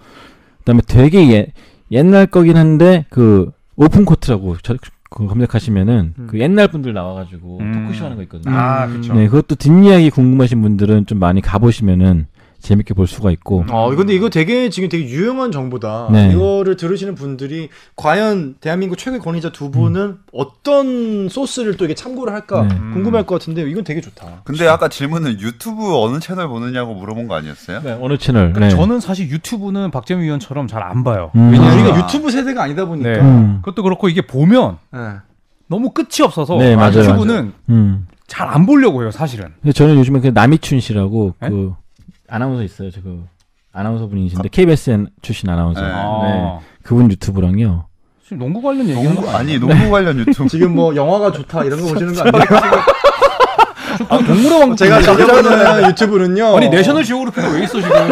Speaker 6: 그다음에 되게 예- 옛날 거긴 한데 그 오픈 코트라고 저- 그 검색하시면은
Speaker 2: 음.
Speaker 6: 그 옛날 분들 나와가지고
Speaker 5: 음.
Speaker 6: 토크쇼 하는 거 있거든요.
Speaker 5: 아
Speaker 2: 음.
Speaker 5: 그렇죠.
Speaker 6: 네, 그것도 뒷이야기 궁금하신 분들은 좀 많이 가보시면은 재밌게 볼 수가 있고.
Speaker 2: 어, 근데 이거 되게 지금 되게 유용한 정보다.
Speaker 6: 네.
Speaker 2: 이거를 들으시는 분들이 과연 대한민국 최고의 권위자 두 분은
Speaker 5: 음.
Speaker 2: 어떤 소스를 또 이게 참고를 할까
Speaker 6: 네.
Speaker 2: 궁금할 것 같은데 이건 되게 좋다.
Speaker 3: 근데 아까 질문은 유튜브 어느 채널 보느냐고 물어본 거 아니었어요?
Speaker 6: 네, 어느 채널?
Speaker 5: 그러니까
Speaker 6: 네.
Speaker 5: 저는 사실 유튜브는 박재민 위원처럼 잘 안 봐요.
Speaker 6: 음.
Speaker 2: 왜냐면 우리가
Speaker 3: 아.
Speaker 2: 유튜브 세대가 아니다 보니까.
Speaker 5: 네.
Speaker 6: 음.
Speaker 5: 그것도 그렇고 이게 보면
Speaker 2: 예.
Speaker 5: 너무 끝이 없어서
Speaker 6: 네, 맞아요,
Speaker 5: 유튜브는
Speaker 6: 음.
Speaker 5: 잘 안 보려고 해요, 사실은.
Speaker 6: 근데 저는 요즘에 그 남이춘 씨라고
Speaker 5: 에?
Speaker 6: 그 아나운서 있어요. 저 그 아나운서 분이신데 KBSN 출신 아나운서.
Speaker 3: 네.
Speaker 6: 네.
Speaker 5: 아.
Speaker 6: 그분 유튜브랑요.
Speaker 5: 지금 농구 관련 얘기하는
Speaker 3: 농구
Speaker 5: 거
Speaker 3: 아니
Speaker 5: 아니에요?
Speaker 3: 농구 관련 유튜브.
Speaker 2: 지금 뭐 영화가 좋다 이런 거 보시는 거 아니에요?
Speaker 5: 아, 동물의 왕국
Speaker 2: 제가 저번에 유튜브는요.
Speaker 5: 아니 내셔널 지오그래피가 왜 있어 지금? 네?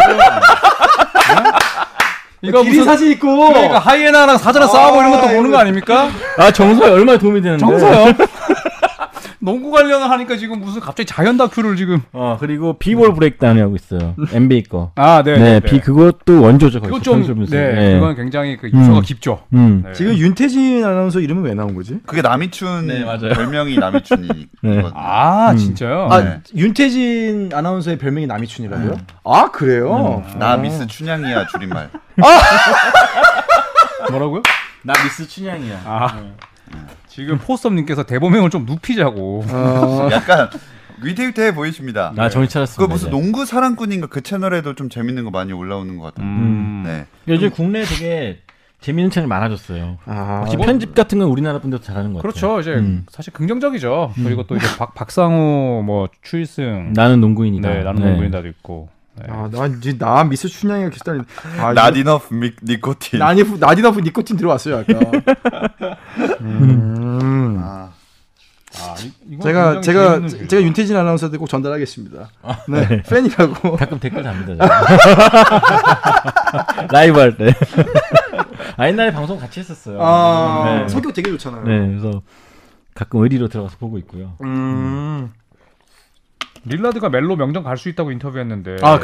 Speaker 5: 이거
Speaker 2: 길이
Speaker 5: 무슨
Speaker 2: 사진 있고.
Speaker 5: 그러니까 하이에나랑 사자랑 싸우고 이런 것도 보는 거 아닙니까? 네.
Speaker 6: 아 정서에 얼마나 도움이 되는데.
Speaker 5: 정서요. 농구 관련을 하니까 지금 무슨 갑자기 자연 다큐를 지금
Speaker 6: 어 그리고 비볼 브레이크다운이 하고 있어요. NBA 거.
Speaker 5: 아, 네.
Speaker 6: 네, 비 그것도 원조죠. 거기서
Speaker 5: 그거 좀
Speaker 6: 전술 분석.
Speaker 5: 네,
Speaker 6: 네.
Speaker 5: 그건 굉장히 그 유서가
Speaker 6: 음.
Speaker 5: 깊죠.
Speaker 6: 음.
Speaker 5: 네.
Speaker 2: 지금 윤태진 아나운서 이름은 왜 나온 거지?
Speaker 3: 그게 남이춘
Speaker 6: 네, 맞아요.
Speaker 3: 별명이 남이춘이.
Speaker 6: 네.
Speaker 5: 아, 네.
Speaker 6: 음.
Speaker 5: 진짜요?
Speaker 2: 아
Speaker 3: 네.
Speaker 2: 윤태진 아나운서의 별명이 남이춘이라고요? 아 그래요?
Speaker 5: 네.
Speaker 3: 나 미스 춘향이야 줄임말.
Speaker 5: 뭐라고요?
Speaker 6: 나 미스 춘향이야. 네.
Speaker 5: 아. 지금 포스터 님께서 대범형을 좀 눕히자고.
Speaker 2: 어,
Speaker 3: 약간 위태위태해 보이십니다.
Speaker 6: 나 정신
Speaker 3: 그
Speaker 6: 차렸습니다.
Speaker 3: 무슨
Speaker 6: 이제.
Speaker 3: 농구 사랑꾼인가 그 채널에도 좀 재밌는 거 많이 올라오는 것 같아요.
Speaker 5: 음.
Speaker 3: 네.
Speaker 6: 요즘 국내 에 되게 재밌는 채널 많아졌어요.
Speaker 2: 아,
Speaker 6: 혹시 편집 같은 건 우리나라 분들도 잘하는 것 같아요.
Speaker 5: 그렇죠. 이제
Speaker 6: 음.
Speaker 5: 사실 긍정적이죠. 그리고 또 이제 박 박상우 뭐 추이승
Speaker 6: 음. 나는 농구인이다.
Speaker 5: 네, 나는 농구인다도 있고. 네.
Speaker 2: 아, 나 이제 나 미스 춘향이가 기다리. 아, 이거-
Speaker 3: 나디너 미- 니코틴.
Speaker 2: 나니 나디나프 니코틴 들어왔어요 아까. 음.
Speaker 3: 아,
Speaker 5: 아, 이- 이건
Speaker 2: 제가
Speaker 5: 굉장히
Speaker 2: 제가
Speaker 5: 재밌는
Speaker 2: 제가
Speaker 5: 기회죠.
Speaker 2: 윤태진 아나운서한테 꼭 전달하겠습니다. 네 팬이라고.
Speaker 6: 가끔 댓글 답니다. 저는. 라이브 할 때. 아 옛날에 방송 같이 했었어요.
Speaker 2: 아
Speaker 6: 네.
Speaker 2: 성격 되게 좋잖아요.
Speaker 6: 네, 그래서 가끔 의리로 들어가서 보고 있고요.
Speaker 2: 음.
Speaker 5: 릴라드가 멜로 명정 갈 수 있다고 인터뷰했는데.
Speaker 6: 음.
Speaker 5: 네, 갈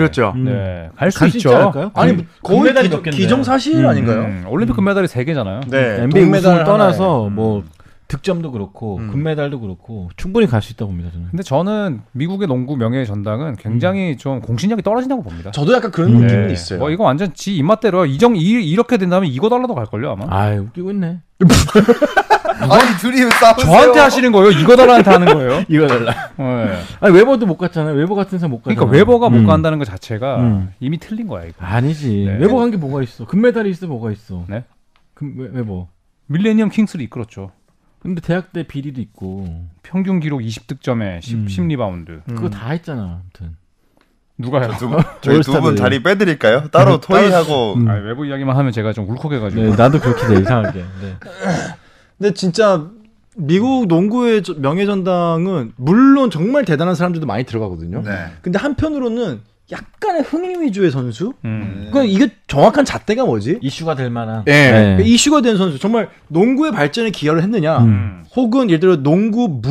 Speaker 5: 수
Speaker 6: 갈수 있지
Speaker 5: 있죠.
Speaker 6: 않을까요?
Speaker 2: 아, 그렇죠. 아니
Speaker 6: 금-
Speaker 2: 거의
Speaker 6: 금메달이
Speaker 2: 기,
Speaker 6: 넘겠네.
Speaker 2: 기정사실
Speaker 6: 음,
Speaker 2: 아닌가요?
Speaker 5: 음, 올림픽 금메달이 세 개잖아요.
Speaker 2: 네.
Speaker 6: NBA 우승을
Speaker 2: 동메달 하나에.
Speaker 6: 떠나서 뭐 득점도 그렇고
Speaker 2: 음.
Speaker 6: 금메달도 그렇고 충분히 갈 수 있다고 봅니다 저는.
Speaker 5: 근데 저는 미국의 농구 명예의 전당은 굉장히 좀 공신력이 떨어진다고 봅니다.
Speaker 2: 저도 약간 그런
Speaker 6: 음.
Speaker 2: 느낌은
Speaker 5: 네.
Speaker 2: 있어요.
Speaker 5: 뭐 이거 완전 지 입맛대로 이정 이, 이렇게 된다면 이거 달러도 갈 걸요 아마.
Speaker 6: 아 웃기고 있네.
Speaker 3: 아니 둘이 왜 싸우세요?
Speaker 5: 저한테 하시는 거예요? 이거 달러한테 하는 거예요?
Speaker 6: 이거 달라.
Speaker 5: 네.
Speaker 6: 아니 웨버도 못 갔잖아요. 웨버 같은 사람 못 갔잖아.
Speaker 5: 그러니까 웨버가 못 간다는 것 자체가
Speaker 6: 음.
Speaker 5: 이미 틀린 거야 이거.
Speaker 6: 아니지.
Speaker 5: 네.
Speaker 6: 웨버 간 게 뭐가 있어? 금메달이 있어 뭐가 있어?
Speaker 5: 네?
Speaker 6: 금 웨- 웨버.
Speaker 5: 밀레니엄 킹스를 이끌었죠.
Speaker 6: 근데 대학 때 비리도 있고
Speaker 5: 평균 기록 20득점에 10,
Speaker 6: 음.
Speaker 5: 10 리바운드.
Speaker 6: 그거 다 했잖아. 아무튼.
Speaker 5: 누가요?
Speaker 3: 두 분, 저희 두 분
Speaker 6: 올스타들이요.
Speaker 3: 자리 빼드릴까요? 따로 토의하고
Speaker 6: 음.
Speaker 5: 아, 외부 이야기만 하면 제가 좀 울컥해가지고.
Speaker 6: 네, 나도 그렇게 돼 이상하게. 네.
Speaker 2: 근데 진짜 미국 농구의 저- 명예전당은 물론 정말 대단한 사람들도 많이 들어가거든요.
Speaker 3: 네.
Speaker 2: 근데 한편으로는 약간의 흥행 위주의 선수?
Speaker 5: 음.
Speaker 2: 그러니까 이게 정확한 잣대가 뭐지?
Speaker 6: 이슈가 될 만한. 네.
Speaker 2: 예. 이슈가 된 선수 정말 농구의 발전에 기여를 했느냐?
Speaker 5: 음.
Speaker 2: 혹은 예를 들어 농구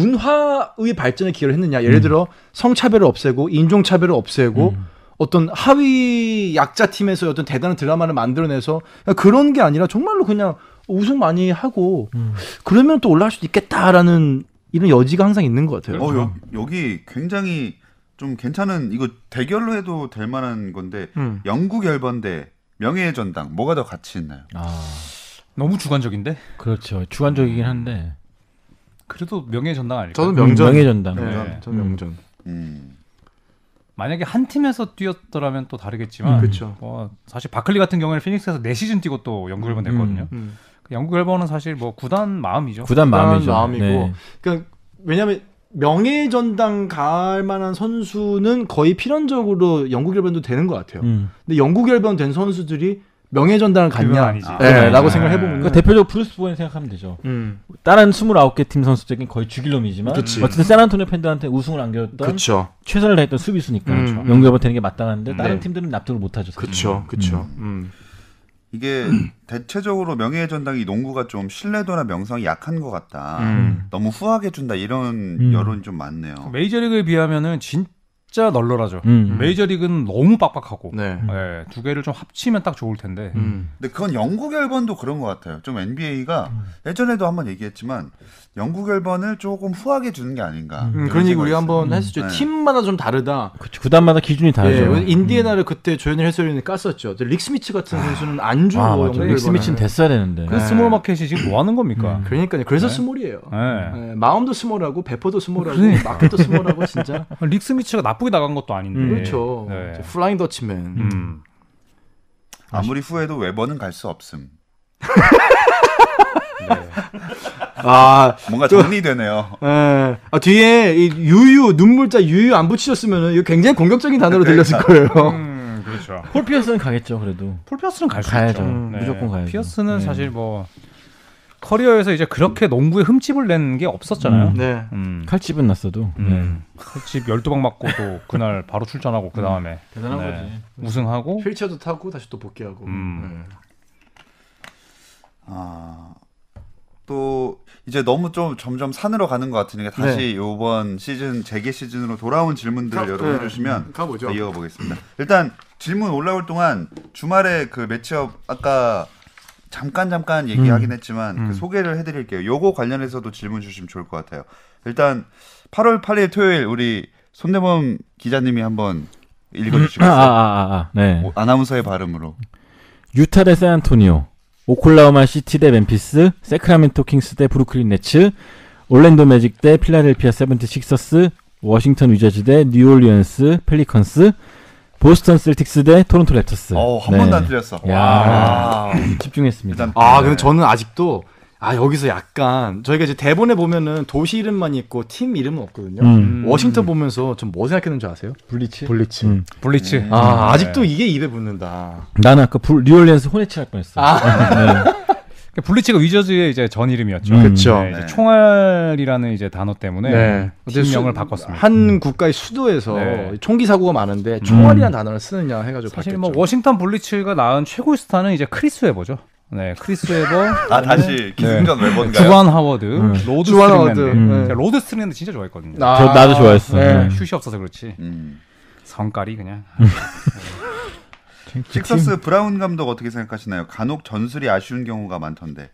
Speaker 2: 문화의 발전에 기여를 했느냐? 예를 들어 성차별을 없애고 인종차별을 없애고
Speaker 6: 음.
Speaker 2: 어떤 하위 약자 팀에서 어떤 대단한 드라마를 만들어내서 그런게 아니라 정말로 그냥 우승 많이 하고
Speaker 6: 음.
Speaker 2: 그러면 또 올라갈 수도 있겠다라는 이런 여지가 항상 있는 것 같아요.
Speaker 3: 어, 여, 여기 굉장히 좀 괜찮은 이거 대결로 해도 될 만한 건데
Speaker 2: 음.
Speaker 3: 영국 열번대 명예의 전당 뭐가 더 가치 있나요?
Speaker 6: 아
Speaker 5: 너무 주관적인데?
Speaker 6: 그렇죠. 주관적이긴 한데.
Speaker 5: 그래도 명예 전당 아닐까?
Speaker 2: 저는
Speaker 6: 음,
Speaker 2: 명전.
Speaker 6: 명예전당.
Speaker 2: 네, 저는 명전.
Speaker 3: 음.
Speaker 5: 만약에 한 팀에서 뛰었더라면 또 다르겠지만,
Speaker 2: 음, 그쵸.
Speaker 5: 뭐 사실 바클리 같은 경우에는 피닉스에서 4시즌 뛰고 또 영국 열번 됐거든요.
Speaker 2: 음.
Speaker 5: 그 영국 열번은 사실 뭐 구단 마음이죠.
Speaker 6: 구단 마음이죠.
Speaker 2: 마음이고.
Speaker 6: 네.
Speaker 2: 그러니까 왜냐하면 명예전당 갈 만한 선수는 거의 필연적으로 영국 열변도 되는 것 같아요.
Speaker 6: 음.
Speaker 2: 근데 영국 열변 된 선수들이 명예전당을
Speaker 5: 그건
Speaker 2: 갔냐?
Speaker 5: 아니지.
Speaker 2: 예,
Speaker 6: 그건 아니지.
Speaker 2: 라고
Speaker 6: 아.
Speaker 2: 생각해 보면
Speaker 6: 그러니까 대표적으로 브루스 보엔 생각하면 되죠. 다른 29개 팀 선수들은 거의 죽일놈이지만
Speaker 2: 그치.
Speaker 6: 어쨌든 샌안토니오 팬들한테 우승을 안겨줬던
Speaker 2: 그렇죠.
Speaker 6: 최선을 다했던 수비수니까
Speaker 2: 음.
Speaker 6: 그렇죠. 영접을 되는 게 마땅한데 다른
Speaker 2: 네.
Speaker 6: 팀들은 납득을 못하죠. 사실.
Speaker 2: 그렇죠. 그렇죠.
Speaker 3: 이게
Speaker 2: 음.
Speaker 3: 대체적으로 명예의 전당이 농구가 좀 신뢰도나 명성이 약한 것 같다.
Speaker 2: 음.
Speaker 3: 너무 후하게 준다 이런
Speaker 6: 음.
Speaker 3: 여론이 좀 많네요.
Speaker 5: 메이저리그에 비하면은 진짜 널널하죠.
Speaker 6: 음.
Speaker 5: 메이저리그는 너무 빡빡하고,
Speaker 2: 네.
Speaker 5: 예, 두 개를 좀 합치면 딱 좋을 텐데.
Speaker 2: 음.
Speaker 3: 근데 그건 영국 열번도 그런 것 같아요. 좀 NBA가 예전에도 한번 얘기했지만 영국 열번을 조금 후하게 주는 게 아닌가.
Speaker 6: 음,
Speaker 2: 음,
Speaker 3: 이런
Speaker 2: 그런 얘기
Speaker 3: 생각이
Speaker 2: 우리가 한번
Speaker 6: 음,
Speaker 2: 했었죠.
Speaker 3: 네.
Speaker 2: 팀마다 좀 다르다.
Speaker 6: 그렇죠. 구단마다 기준이
Speaker 2: 예,
Speaker 6: 다르죠. 음.
Speaker 2: 인디애나를 그때 조현일 해설위원이 깠었죠. 근데 릭스미츠 같은 선수는 안 주고
Speaker 6: 아,
Speaker 2: 뭐 영국
Speaker 6: 맞아.
Speaker 2: 열변을.
Speaker 6: 릭스미치는 됐어야 되는데.
Speaker 5: 그 스몰 마켓이 지금 뭐 하는 겁니까?
Speaker 6: 네. 음.
Speaker 2: 그러니까요. 그래서
Speaker 5: 네.
Speaker 2: 스몰이에요.
Speaker 5: 예.
Speaker 2: 예, 마음도 스몰하고 배포도 스몰하고
Speaker 5: 그러니까.
Speaker 2: 마켓도 스몰하고 진짜
Speaker 5: 아, 릭스미츠가 나쁘게 나간 것도 아닌데.
Speaker 6: 음.
Speaker 2: 그렇죠.
Speaker 5: 네.
Speaker 2: 플라잉 더치맨.
Speaker 5: 음.
Speaker 3: 아무리 후회도 외번은 갈 수 없음.
Speaker 2: 아,
Speaker 3: 뭔가 정리되네요.
Speaker 2: 예. 아, 뒤에 이 유유 눈물자 유유 안 붙이셨으면은 이거 굉장히 공격적인
Speaker 6: 네.
Speaker 2: 단어로 들렸을 거예요.
Speaker 5: 음, 그렇죠.
Speaker 6: 폴 피어스는 가겠죠, 그래도.
Speaker 2: 음.
Speaker 5: 폴피어스는 갈 수
Speaker 6: 가야죠.
Speaker 5: 있죠. 네.
Speaker 6: 음, 무조건 가야죠.
Speaker 5: 피어스는
Speaker 6: 네.
Speaker 5: 사실 뭐 커리어에서 이제 그렇게 농구에 흠집을 낸 게 없었잖아요.
Speaker 6: 음.
Speaker 2: 네.
Speaker 5: 음.
Speaker 6: 칼집은 났어도. 네.
Speaker 5: 음. 집 12방 맞고 또 그날 바로 출전하고 그 다음에
Speaker 6: 대단한
Speaker 5: 네.
Speaker 6: 거지. 음.
Speaker 5: 우승하고
Speaker 2: 휠체어도 타고 다시 또 복귀하고.
Speaker 5: 음.
Speaker 2: 네.
Speaker 3: 아, 또 이제 너무 좀 점점 산으로 가는 것 같으니까 다시
Speaker 6: 네.
Speaker 3: 이번 시즌 재개 시즌으로 돌아온 질문들을
Speaker 1: 가-
Speaker 3: 여러분
Speaker 1: 네.
Speaker 3: 해주시면
Speaker 1: 가보죠.
Speaker 3: 네, 이어보겠습니다. 일단 질문 올라올 동안 주말에 그 매치업 아까 잠깐 잠깐 얘기하긴
Speaker 6: 음.
Speaker 3: 했지만 그 소개를 해드릴게요. 요거 관련해서도 질문 주시면 좋을 것 같아요. 일단 8월 8일 토요일 우리 손대범 기자님이 한번
Speaker 6: 아, 아,
Speaker 3: 읽어주시겠어요?
Speaker 6: 아, 아, 네.
Speaker 3: 오, 아나운서의 발음으로.
Speaker 6: 유타 대 샌안토니오, 오클라호마 시티 대 멤피스, 세크라멘토 킹스 대 브루클린 네츠, 올랜도 매직 대 필라델피아 세븐티식서스, 워싱턴 위저즈 대 뉴올리언스 펠리컨스, 보스턴 셀틱스 대 토론토 랩터스.
Speaker 3: 어, 한
Speaker 6: 네.
Speaker 3: 번도 안 틀렸어. 아.
Speaker 6: 야.
Speaker 3: 와.
Speaker 6: 집중했습니다.
Speaker 3: 일단
Speaker 2: 아,
Speaker 3: 네.
Speaker 2: 근데 저는 아직도 아 여기서 약간 저희가 이제 대본에 보면은 도시 이름만 있고 팀 이름은 없거든요.
Speaker 6: 음.
Speaker 2: 워싱턴 보면서 좀 뭐 생각했는지 아세요? 블리치. 블리치.
Speaker 6: 음.
Speaker 5: 블리츠. 네.
Speaker 2: 아,
Speaker 6: 네.
Speaker 2: 아직도 이게 입에 붙는다.
Speaker 6: 나는 아까 불, 뉴올리언스 호네츠 할 뻔했어.
Speaker 5: 그러니까 블리츠가 위저즈의 이제 전 이름이었죠.
Speaker 6: 음.
Speaker 2: 그렇죠.
Speaker 5: 네, 이제
Speaker 3: 네.
Speaker 5: 총알이라는 이제 단어 때문에
Speaker 2: 네.
Speaker 5: 팀명을
Speaker 2: 수-
Speaker 5: 바꿨습니다.
Speaker 2: 한 국가의 수도에서
Speaker 5: 네.
Speaker 2: 총기 사고가 많은데 총알이라는 단어를 쓰느냐 해가지고
Speaker 5: 사실
Speaker 2: 바뀌었죠.
Speaker 5: 뭐 워싱턴 블리츠가 낳은 최고의 스타는 이제 크리스 웨버죠. 네, 크리스 웨버.
Speaker 3: 아 다시 기승전 왜 뭔가요?
Speaker 5: 주반 하워드, 로드
Speaker 2: 주반
Speaker 5: 스트링랜드.
Speaker 2: 하워드,
Speaker 5: 음.
Speaker 2: 네.
Speaker 5: 제가 로드 스트링랜드 진짜 좋아했거든요.
Speaker 2: 아,
Speaker 6: 저- 나도 좋아했어.
Speaker 2: 네.
Speaker 5: 네, 슛이 없어서 그렇지.
Speaker 3: 음.
Speaker 5: 성깔이 그냥.
Speaker 3: 식서스 브라운 감독 어떻게 생각하시나요? 간혹 전술이 아쉬운 경우가 많던데.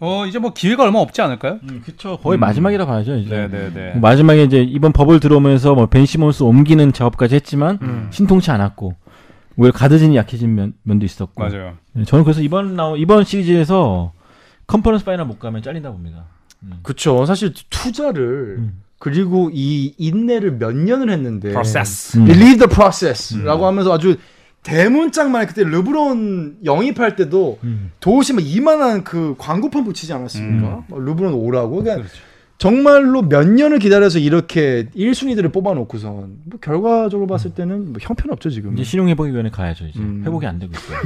Speaker 5: 어 이제 뭐 기회가 얼마 없지 않을까요?
Speaker 6: 그쵸. 거의 마지막이라 봐야죠. 이제.
Speaker 5: 네네네.
Speaker 6: 마지막에 이제 이번 버블 들어오면서 뭐 벤시몬스 옮기는 작업까지 했지만 신통치 않았고 오히려 가드진이 약해진 면, 면도 있었고
Speaker 5: 맞아요.
Speaker 6: 네, 저는 그래서 이번 나온 이번 시리즈에서 컨퍼런스 파이널 못 가면 잘린다 봅니다.
Speaker 2: 그쵸. 사실 투자를
Speaker 5: 음.
Speaker 2: 그리고 이 인내를 몇 년을 했는데
Speaker 5: 프로세스.
Speaker 6: 음.
Speaker 2: Believe the process라고 하면서 아주 대문짝만 그때 르브론 영입할 때도 도시 막 이만한 그 광고판 붙이지 않았습니까? 막 르브론 오라고. 음. 그러니까 정말로 몇 년을 기다려서 이렇게 1순위들을 뽑아놓고선 뭐 결과적으로 봤을 때는 뭐 형편없죠 지금.
Speaker 6: 이제 신용회복위원회 가야죠 이제
Speaker 2: 음.
Speaker 6: 회복이 안 되고 있어요.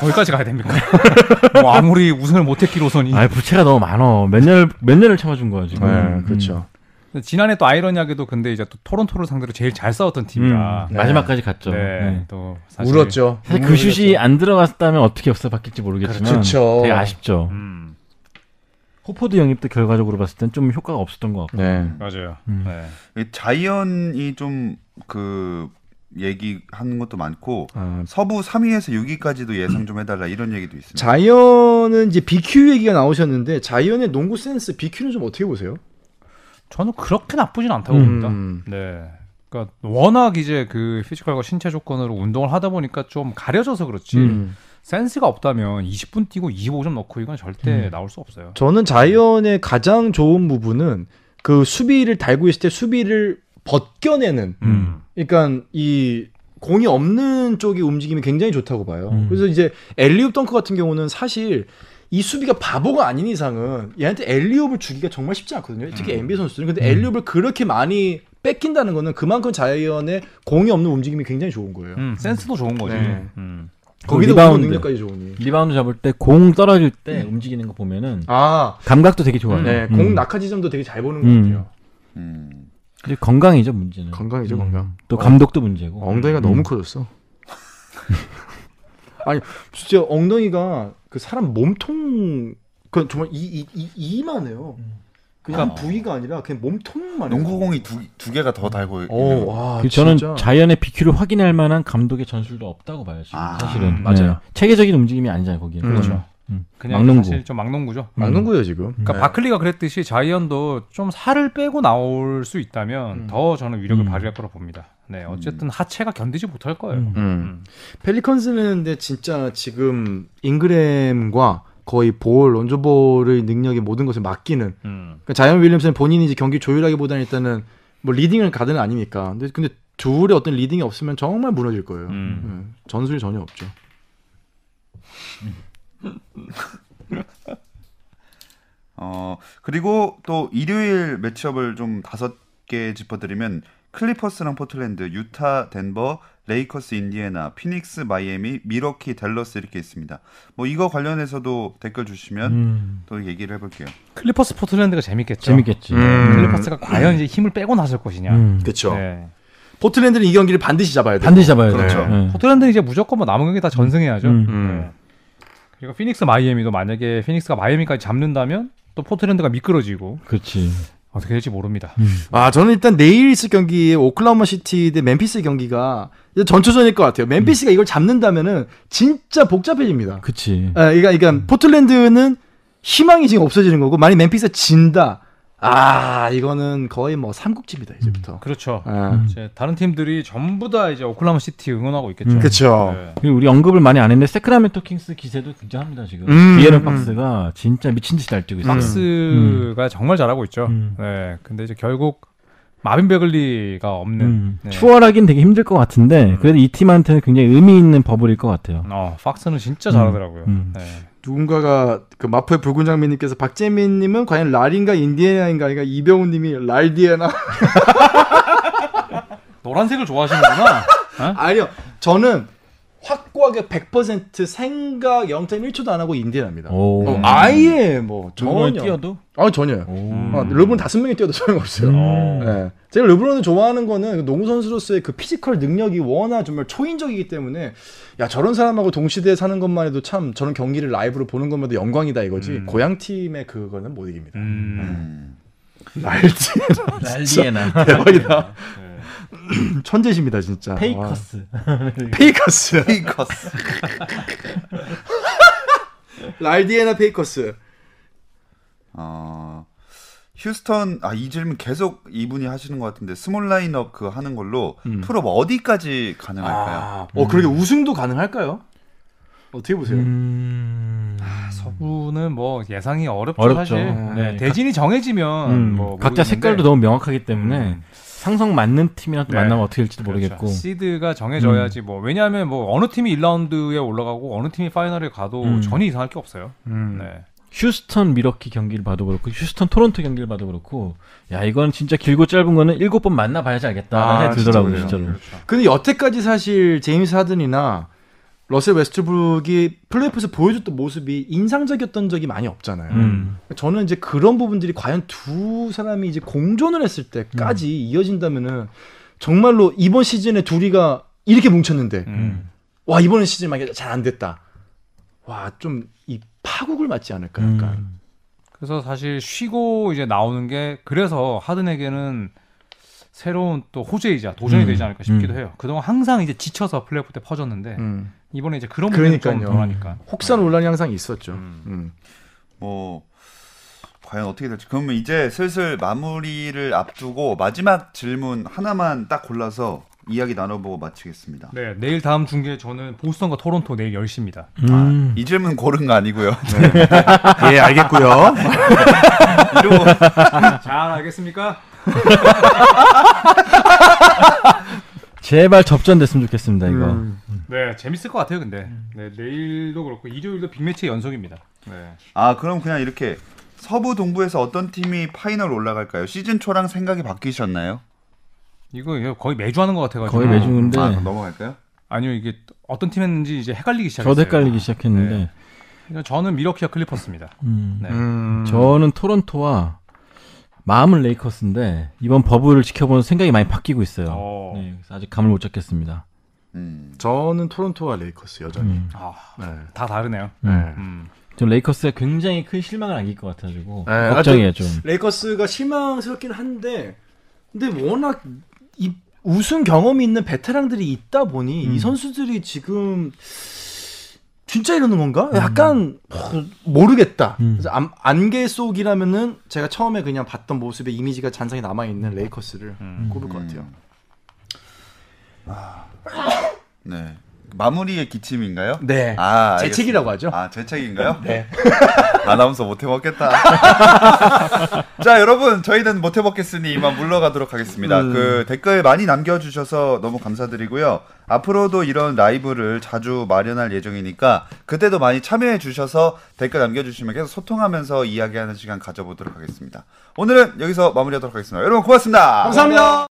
Speaker 5: 거기까지 가야 됩니까? 뭐 아무리 우승을 못했기로서니.
Speaker 6: 아 부채가 너무 많어. 몇 년을 몇 년을 참아준 거야 지금.
Speaker 2: 음.
Speaker 6: 음.
Speaker 2: 네, 그렇죠.
Speaker 5: 근데 지난해 또 아이러니하게도 근데 이제 또 토론토를 상대로 제일 잘 싸웠던
Speaker 6: 음,
Speaker 5: 팀이라.
Speaker 6: 마지막까지 갔죠.
Speaker 5: 네.
Speaker 6: 네.
Speaker 5: 또 사실
Speaker 2: 울었죠. 음.
Speaker 6: 사실 그 슛이 안 들어갔다면 어떻게 없어봤길지 모르겠지만
Speaker 2: 그렇죠.
Speaker 6: 되게 아쉽죠.
Speaker 5: 음,
Speaker 6: 호포드 영입도 결과적으로 봤을 땐 좀 효과가 없었던 것 같고.
Speaker 2: 네.
Speaker 5: 맞아요.
Speaker 6: 음.
Speaker 5: 네.
Speaker 3: 이 자이언이 좀 그 얘기하는 것도 많고
Speaker 2: 아,
Speaker 3: 서부 3위에서 6위까지도 예상 좀 해달라 이런 얘기도 있습니다.
Speaker 2: 자이언은 이제 BQ 얘기가 나오셨는데 자이언의 농구 센스 BQ는 좀 어떻게 보세요?
Speaker 5: 저는 그렇게 나쁘진
Speaker 2: 음.
Speaker 5: 않다고 봅니다. 네. 그러니까 워낙 이제 그 피지컬과 신체 조건으로 운동을 하다 보니까 좀 가려져서 그렇지
Speaker 2: 음.
Speaker 5: 센스가 없다면 20분 뛰고 25점 넣고 이건 절대 나올 수 없어요.
Speaker 2: 저는 자이언의 가장 좋은 부분은 그 수비를 달고 있을 때 수비를 벗겨내는
Speaker 5: 음.
Speaker 2: 그러니까 이 공이 없는 쪽의 움직임이 굉장히 좋다고 봐요.
Speaker 6: 음.
Speaker 2: 그래서 이제 엘리웁 덩크 같은 경우는 사실 이 수비가 바보가 아닌 이상은 얘한테 엘리웁을 주기가 정말 쉽지 않거든요. 특히
Speaker 6: 음.
Speaker 2: NBA 선수들은 근데 엘리웁을 그렇게 많이 뺏긴다는 거는 그만큼 자이언의 공이 없는 움직임이 굉장히 좋은 거예요.
Speaker 5: 음, 센스도 좋은 거지.
Speaker 2: 네.
Speaker 5: 음.
Speaker 2: 거기다
Speaker 6: 리바운드.
Speaker 2: 운동 능력까지 좋으니.
Speaker 6: 리바운드 잡을 때 공 떨어질 때 움직이는 거 보면은
Speaker 2: 음. 아,
Speaker 6: 감각도 되게 좋아요.
Speaker 2: 네,
Speaker 6: 음.
Speaker 2: 공 낙하 지점도 되게 잘 보는
Speaker 6: 음.
Speaker 2: 것 같아요.
Speaker 3: 음.
Speaker 6: 이제 건강이죠 문제는.
Speaker 2: 건강이죠,
Speaker 6: 음.
Speaker 2: 건강.
Speaker 6: 또 감독도 문제고. 음.
Speaker 2: 엉덩이가 너무 커졌어. 음. 아니 진짜 엉덩이가 그 사람 몸통 그 정말 이 이 이만해요. 그냥
Speaker 3: 아.
Speaker 2: 부위가 아니라 그냥 몸통만. 해요.
Speaker 3: 농구공이 두, 두 개가 더 달고 있는
Speaker 2: 어, 와,
Speaker 6: 그 저는
Speaker 2: 진짜.
Speaker 6: 자이언의 BQ를 확인할 만한 감독의 전술도 없다고 봐요 지금
Speaker 3: 아,
Speaker 6: 사실은
Speaker 5: 맞아요.
Speaker 6: 네. 체계적인 움직임이 아니잖아요 거기는
Speaker 5: 그렇죠.
Speaker 6: 음.
Speaker 5: 그냥
Speaker 6: 막농구.
Speaker 5: 사실 좀 막농구죠.
Speaker 2: 막는구요 지금.
Speaker 5: 그러니까
Speaker 3: 음. 네.
Speaker 5: 바클리가 그랬듯이 자이언도 좀 살을 빼고 나올 수 있다면 더 저는 위력을
Speaker 6: 음.
Speaker 5: 발휘할 거라 봅니다. 네, 어쨌든 하체가 견디지 못할 거예요.
Speaker 6: 음.
Speaker 2: 음. 펠리컨스는 근데 진짜 지금 잉그램과 거의 볼 론조볼의 능력이 모든 것을 맡기는
Speaker 5: 음.
Speaker 2: 그러니까 자이언 윌리엄슨 본인이 이제 경기 조율하기보다는 일단은 뭐 리딩을 가든 아닙니까. 근데 근데 둘의 어떤 리딩이 없으면 정말 무너질 거예요.
Speaker 5: 음.
Speaker 2: 음, 전술이 전혀 없죠.
Speaker 3: 어 그리고 또 일요일 매치업을 좀 다섯 개 짚어드리면 클리퍼스랑 포틀랜드, 유타, 덴버, 레이커스, 인디애나, 피닉스, 마이애미, 미러키, 댈러스 이렇게 있습니다. 뭐 이거 관련해서도 댓글 주시면
Speaker 6: 음.
Speaker 3: 또 얘기를 해볼게요.
Speaker 5: 클리퍼스 포틀랜드가 재밌겠죠. 그렇죠.
Speaker 6: 재밌겠지.
Speaker 5: 클리퍼스가 과연 이제 힘을 빼고 나설 것이냐.
Speaker 6: 음.
Speaker 2: 그렇죠.
Speaker 5: 네.
Speaker 2: 포틀랜드는 이 경기를 반드시 잡아야 돼.
Speaker 6: 반드시 잡아야 돼.
Speaker 3: 그렇죠.
Speaker 6: 네.
Speaker 5: 포틀랜드는 이제 무조건 뭐 남은 경기 다 전승해야죠.
Speaker 6: 음.
Speaker 5: 네. 그리고 피닉스 마이애미도 만약에 피닉스가 마이애미까지 잡는다면 또 포틀랜드가 미끄러지고
Speaker 6: 그렇지.
Speaker 5: 어떻게 될지 모릅니다.
Speaker 6: 음.
Speaker 2: 아 저는 일단 내일 있을 경기에 오클라호마 시티 대 멤피스 경기가 이제 전초전일 것 같아요. 멤피스가 이걸 잡는다면은 진짜 복잡해집니다.
Speaker 6: 그렇지.
Speaker 2: 아, 그러니까, 그러니까 포틀랜드는 희망이 지금 없어지는 거고 만약 멤피스가 진다. 아 이거는 거의 뭐 삼국지입니다 이제부터.
Speaker 5: 그렇죠.
Speaker 2: 아.
Speaker 5: 이제 다른 팀들이 전부 다 이제 오클라마 시티 응원하고 있겠죠.
Speaker 6: 음.
Speaker 2: 그렇죠.
Speaker 5: 네.
Speaker 6: 그리고 우리 언급을 많이 안 했는데 세크라멘토 킹스 기세도 굉장합니다 지금.
Speaker 2: 음,
Speaker 6: 비에른
Speaker 2: 음.
Speaker 6: 박스가 진짜 미친 듯이 날뛰고 있어요.
Speaker 5: 박스가 정말 잘하고 있죠.
Speaker 6: 음.
Speaker 5: 네. 근데 이제 결국 마빈 베글리가 없는
Speaker 6: 음.
Speaker 5: 네.
Speaker 6: 추월하긴 되게 힘들 것 같은데 그래도 이 팀한테는 굉장히 의미 있는 버블일 것 같아요.
Speaker 5: 어, 박스는 진짜 잘하더라고요.
Speaker 6: 음.
Speaker 5: 네.
Speaker 2: 누군가가 그 마포의 붉은 장미님께서 박재민님은 과연 랄인가 인디애나인가 아니가 이병훈님이 랄디애나
Speaker 5: 노란색을 좋아하시는구나.
Speaker 2: 아니요 저는 확고하게 100% 생각 0.1초도 안 하고 인디애나입니다.
Speaker 6: 오.
Speaker 2: 어, 아예 뭐 전혀
Speaker 6: 뛰어도.
Speaker 2: 아 전혀요.
Speaker 6: 오.
Speaker 2: 아, 르브론 다섯 명이 뛰어도 소용없어요.
Speaker 6: 음.
Speaker 2: 예. 제가 르브론을 좋아하는 거는 농구 선수로서의 그 피지컬 능력이 워낙 정말 초인적이기 때문에 야 저런 사람하고 동시대에 사는 것만 해도 참 저런 경기를 라이브로 보는 것만도 영광이다 이거지.
Speaker 5: 음.
Speaker 2: 고향 팀의 그거는 못 이깁니다.
Speaker 5: 음.
Speaker 3: 음.
Speaker 2: 알지?
Speaker 6: 난리에나.
Speaker 2: 대박이다.
Speaker 6: 네.
Speaker 2: 천재십니다 진짜. 와. 페이커스.
Speaker 3: 페이커스.
Speaker 2: 랄디에나 페이커스.
Speaker 3: 어, 휴스턴 아 이 질문 계속 이분이 하시는 것 같은데 스몰 라인업 그 하는 걸로 풀업 어디까지 가능할까요?
Speaker 2: 아, 어 그러게 우승도 가능할까요? 어떻게 보세요?
Speaker 6: 음.
Speaker 5: 서부는 뭐 예상이 어렵죠,
Speaker 6: 어렵죠.
Speaker 5: 사실.
Speaker 6: 네.
Speaker 5: 네. 대진이 정해지면
Speaker 6: 음,
Speaker 5: 뭐
Speaker 6: 각자
Speaker 5: 모르겠는데.
Speaker 6: 색깔도 너무 명확하기 때문에
Speaker 5: 음.
Speaker 6: 상성 맞는 팀이랑 또
Speaker 5: 네.
Speaker 6: 만나면 어떻게 될지도
Speaker 5: 그렇죠.
Speaker 6: 모르겠고.
Speaker 5: 시드가 정해져야지 뭐 왜냐하면 뭐 어느 팀이 1라운드에 올라가고 어느 팀이 파이널에 가도
Speaker 6: 음.
Speaker 5: 전혀 이상할 게 없어요. 네.
Speaker 6: 휴스턴 미러키 경기를 봐도 그렇고 휴스턴 토론토 경기를 봐도 그렇고 야 이건 진짜 길고 짧은 거는 일곱 번 만나 봐야지 알겠다
Speaker 2: 아,
Speaker 6: 생각이 들더라고요
Speaker 2: 진짜
Speaker 6: 진짜로.
Speaker 5: 그렇죠.
Speaker 2: 근데 여태까지 사실 제임스 하든이나 러셀 웨스트브룩이 플레이오프에서 보여줬던 모습이 인상적이었던 적이 많이 없잖아요. 그러니까
Speaker 6: 음.
Speaker 2: 저는 이제 그런 부분들이 과연 두 사람이 이제 공존을 했을 때까지 이어진다면은 정말로 이번 시즌에 둘이가 이렇게 뭉쳤는데
Speaker 5: 음.
Speaker 2: 와 이번 시즌 만약에 잘 안 됐다. 와 좀 이 파국을 맞지 않을까
Speaker 5: 그러니까,
Speaker 2: 약간.
Speaker 6: 음.
Speaker 5: 그래서 사실 쉬고 이제 나오는 게 그래서 하든에게는 새로운 또 호재이자 도전이
Speaker 6: 음.
Speaker 5: 되지 않을까 싶기도
Speaker 6: 음.
Speaker 5: 해요. 그동안 항상 이제 지쳐서 플레이오프 때 퍼졌는데
Speaker 2: 음.
Speaker 5: 이번에 이제 그런 부분이 좀
Speaker 2: 그러니까요.
Speaker 5: 덜하니까.
Speaker 2: 혹산 논란이 항상 있었죠.
Speaker 5: 음.
Speaker 2: 음.
Speaker 3: 뭐 과연 어떻게 될지 그러면 이제 슬슬 마무리를 앞두고 마지막 질문 하나만 딱 골라서 이야기 나눠보고 마치겠습니다.
Speaker 5: 네, 내일 다음 중계 저는 보스턴과 토론토 내일 10시입니다.
Speaker 6: 음.
Speaker 3: 아, 이 질문 고른 거 아니고요.
Speaker 2: 예 알겠고요.
Speaker 3: 이러고
Speaker 5: 잘 알겠습니까?
Speaker 6: 제발 접전됐으면 좋겠습니다 이거.
Speaker 5: 네, 재밌을 것 같아요, 근데. 네, 내일도 그렇고 일요일도 빅매치의 연속입니다. 네.
Speaker 3: 아 그럼 그냥 이렇게 서부 동부에서 어떤 팀이 파이널 올라갈까요? 시즌 초랑 생각이 바뀌셨나요?
Speaker 5: 이거 이거 거의 매주 하는 것 음. 같아가지고.
Speaker 6: 거의 매주인데
Speaker 2: 네.
Speaker 3: 아 그럼 넘어갈까요?
Speaker 5: 아니요, 이게 어떤 팀 했는지 이제 헷갈리기 시작했어요.
Speaker 6: 저도 헷갈리기 시작했는데
Speaker 5: 네. 그러니까 저는 미러키와 클리퍼스입니다.
Speaker 6: 음.
Speaker 5: 네.
Speaker 2: 음.
Speaker 6: 저는 토론토와 마음은 레이커스인데 이번 버블을 지켜보는 생각이 많이 바뀌고 있어요.
Speaker 5: 어.
Speaker 6: 네, 그래서 아직 감을 못 잡겠습니다.
Speaker 3: 음.
Speaker 2: 저는 토론토와 레이커스 여전히.
Speaker 6: 음.
Speaker 5: 아,
Speaker 2: 네.
Speaker 5: 다 다르네요.
Speaker 2: 네.
Speaker 5: 음.
Speaker 6: 좀 레이커스가 굉장히 큰 실망을 안길 것 같아가지고
Speaker 2: 네,
Speaker 6: 걱정이에요 좀.
Speaker 2: 레이커스가 실망스럽긴 한데 근데 워낙 이 우승 경험이 있는 베테랑들이 있다 보니
Speaker 5: 음.
Speaker 2: 이 선수들이 지금 진짜 이러는
Speaker 5: 음.
Speaker 2: 건가? 약간 어, 모르겠다.
Speaker 6: 음.
Speaker 2: 그래서 안, 안개 속이라면은 제가 처음에 그냥 봤던 모습의 이미지가 잔상이 남아 있는 레이커스를
Speaker 5: 음.
Speaker 2: 꼽을 것 같아요.
Speaker 3: 네 마무리의 기침인가요?
Speaker 2: 네.
Speaker 3: 아,
Speaker 2: 제
Speaker 3: 알겠습니다.
Speaker 2: 책이라고 하죠.
Speaker 3: 아, 제 책인가요?
Speaker 2: 네.
Speaker 3: 아나운서 못해 먹겠다. 자, 여러분, 저희는 못해 먹겠으니 이만 물러가도록 하겠습니다.
Speaker 2: 음.
Speaker 3: 그 댓글 많이 남겨주셔서 너무 감사드리고요. 앞으로도 이런 라이브를 자주 마련할 예정이니까 그때도 많이 참여해 주셔서 댓글 남겨주시면 계속 소통하면서 이야기하는 시간 가져보도록 하겠습니다. 오늘은 여기서 마무리하도록 하겠습니다. 여러분, 고맙습니다.
Speaker 2: 감사합니다.